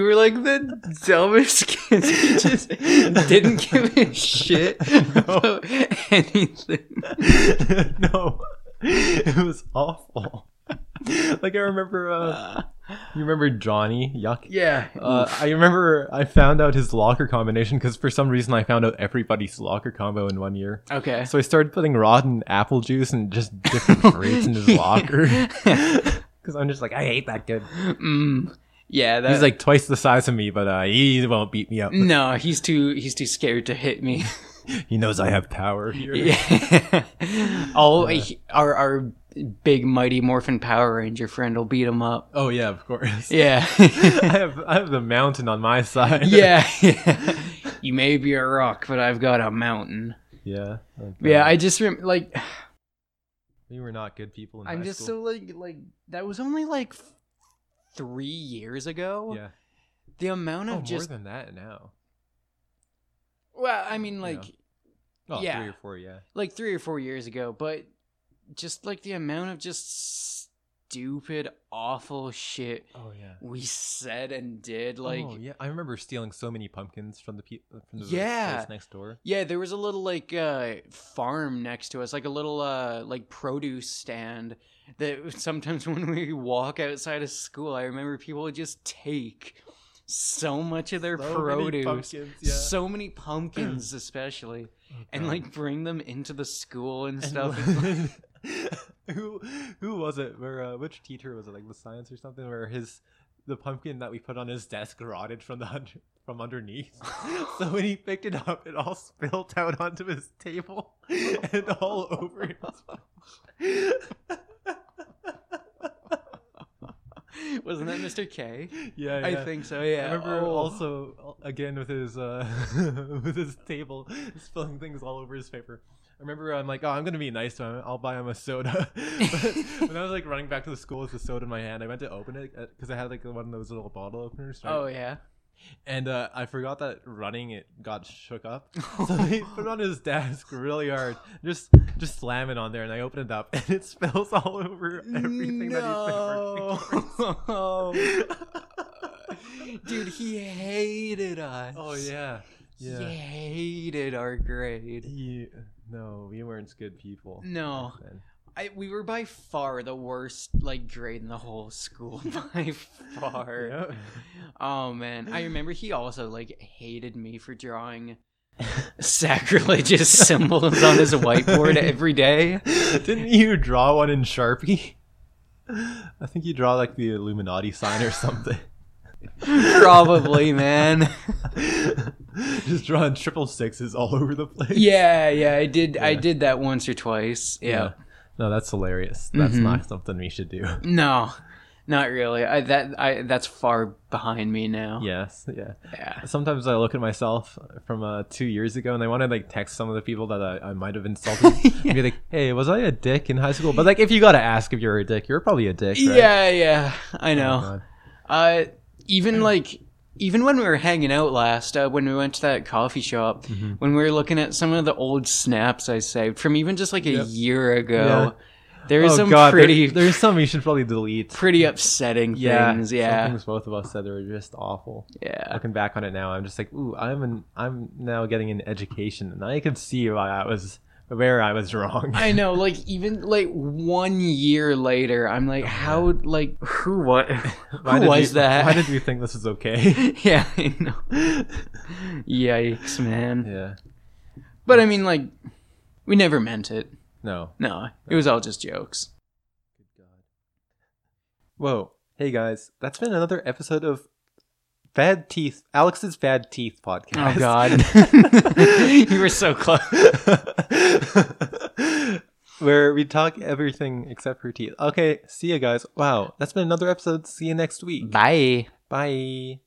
[SPEAKER 1] were like the dumbest kids. We just didn't give a shit about anything.
[SPEAKER 2] no. It was awful. Like, I remember, uh, you remember Johnny? Yuck.
[SPEAKER 1] Yeah.
[SPEAKER 2] Uh, I remember I found out his locker combination because for some reason I found out everybody's locker combo in one year.
[SPEAKER 1] okay.
[SPEAKER 2] So I started putting rotten apple juice and just different fruits in his locker. Because I'm just like, I hate that kid.
[SPEAKER 1] Mm, yeah. That,
[SPEAKER 2] He's like twice the size of me, but uh, he won't beat me up.
[SPEAKER 1] no, he's too he's too scared to hit me.
[SPEAKER 2] He knows I have power here.
[SPEAKER 1] Yeah. oh, he- our our big mighty morphin Power Ranger friend will beat him up.
[SPEAKER 2] Oh yeah, of course.
[SPEAKER 1] Yeah.
[SPEAKER 2] I have I have the mountain on my side.
[SPEAKER 1] yeah, yeah. You may be a rock, but I've got a mountain.
[SPEAKER 2] yeah. Like,
[SPEAKER 1] Yeah,
[SPEAKER 2] uh,
[SPEAKER 1] I just rem- like
[SPEAKER 2] we were not good people. In
[SPEAKER 1] I'm
[SPEAKER 2] high
[SPEAKER 1] just
[SPEAKER 2] school.
[SPEAKER 1] so like like that was only like f- three years ago.
[SPEAKER 2] yeah.
[SPEAKER 1] The amount
[SPEAKER 2] Oh,
[SPEAKER 1] of
[SPEAKER 2] more
[SPEAKER 1] just
[SPEAKER 2] than that now.
[SPEAKER 1] well, I mean like
[SPEAKER 2] Yeah. Oh,
[SPEAKER 1] Yeah.
[SPEAKER 2] three or four. Yeah.
[SPEAKER 1] like three or four years ago, but just like the amount of just stupid, awful shit
[SPEAKER 2] Oh yeah.
[SPEAKER 1] we said and did. Like
[SPEAKER 2] oh, yeah, I remember stealing so many pumpkins from the pe- from the
[SPEAKER 1] Yeah.
[SPEAKER 2] place next door.
[SPEAKER 1] Yeah, there was a little like uh, farm next to us, like a little uh, like produce stand. That sometimes when we walk outside of school, I remember people would just take so much of their produce, so many pumpkins especially,
[SPEAKER 2] Oh, Um,
[SPEAKER 1] and like bring them into the school and stuff.
[SPEAKER 2] who who was it? Where uh, which teacher was it? Like the science or something? Where his the pumpkin that we put on his desk rotted from the under, from underneath. so when he picked it up, it all spilled out onto his table and all over his.
[SPEAKER 1] Wasn't that Mr. K?
[SPEAKER 2] yeah,
[SPEAKER 1] I
[SPEAKER 2] yeah.
[SPEAKER 1] think so. Yeah.
[SPEAKER 2] I remember
[SPEAKER 1] Oh.
[SPEAKER 2] also again with his uh, with his table spilling things all over his paper. I remember I'm like, oh, I'm gonna be nice to him. I'll buy him a soda. but when I was like running back to the school with the soda in my hand, I went to open it because I had like one of those little bottle openers. right?
[SPEAKER 1] Oh yeah.
[SPEAKER 2] And uh, I forgot that running it got shook up, so he put it on his desk really hard, just just slam it on there, and I open it up, and it spills all over everything that he's been working.
[SPEAKER 1] Oh. No. Dude, he hated us.
[SPEAKER 2] Oh yeah. Yeah.
[SPEAKER 1] You hated our grade.
[SPEAKER 2] You, no, we weren't good people.
[SPEAKER 1] No,
[SPEAKER 2] Then.
[SPEAKER 1] I, we were by far the worst like grade in the whole school by far.
[SPEAKER 2] Yeah.
[SPEAKER 1] Oh man, I remember he also like hated me for drawing sacrilegious symbols on his whiteboard every day.
[SPEAKER 2] Didn't you draw one in Sharpie? I think you draw like the Illuminati sign or something.
[SPEAKER 1] Probably, man.
[SPEAKER 2] Just drawing triple sixes all over the place.
[SPEAKER 1] Yeah, yeah, I did. I did that once or twice. Yeah.
[SPEAKER 2] No, that's hilarious.
[SPEAKER 1] Mm-hmm.
[SPEAKER 2] That's not something we should do.
[SPEAKER 1] No, not really. I that I that's far behind me now.
[SPEAKER 2] Yes, yeah.
[SPEAKER 1] Yeah.
[SPEAKER 2] Sometimes I look at myself from uh, two years ago, and I want to like text some of the people that I, I might have insulted, and be like, "Hey, was I a dick in high school?" But like, if you gotta ask if you're a dick, you're probably a dick. Right? Oh,
[SPEAKER 1] Yeah, yeah. I know.
[SPEAKER 2] God.
[SPEAKER 1] Uh, even like even when we were hanging out last, uh, when we went to that coffee shop,
[SPEAKER 2] Mm-hmm.
[SPEAKER 1] when we were looking at some of the old snaps I saved from even just like a
[SPEAKER 2] Yep.
[SPEAKER 1] year ago, there is some pretty
[SPEAKER 2] Oh, there, there's some you should probably delete.
[SPEAKER 1] pretty upsetting things.
[SPEAKER 2] some
[SPEAKER 1] Yeah,
[SPEAKER 2] things both of us said that were just awful.
[SPEAKER 1] yeah.
[SPEAKER 2] Looking back on it now, I'm just like, ooh, I'm an, I'm now getting an education, and I can see why I was where I was wrong.
[SPEAKER 1] I know, like even like one year later, I'm like, how like who what
[SPEAKER 2] Oh, Why
[SPEAKER 1] who
[SPEAKER 2] did
[SPEAKER 1] was
[SPEAKER 2] we-
[SPEAKER 1] that?
[SPEAKER 2] Why did we think this was okay?
[SPEAKER 1] yeah, I know. Yikes, man.
[SPEAKER 2] yeah.
[SPEAKER 1] But I mean, like, we never meant it.
[SPEAKER 2] No.
[SPEAKER 1] No, it was all just jokes.
[SPEAKER 2] Whoa. Hey guys, that's been another episode of Bad Teeth, Alex's Bad Teeth podcast.
[SPEAKER 1] Oh God, you were so close.
[SPEAKER 2] God. Where we talk everything except for teeth. Okay, see you guys. Wow, that's been another episode. See you next week.
[SPEAKER 1] Bye.
[SPEAKER 2] Bye.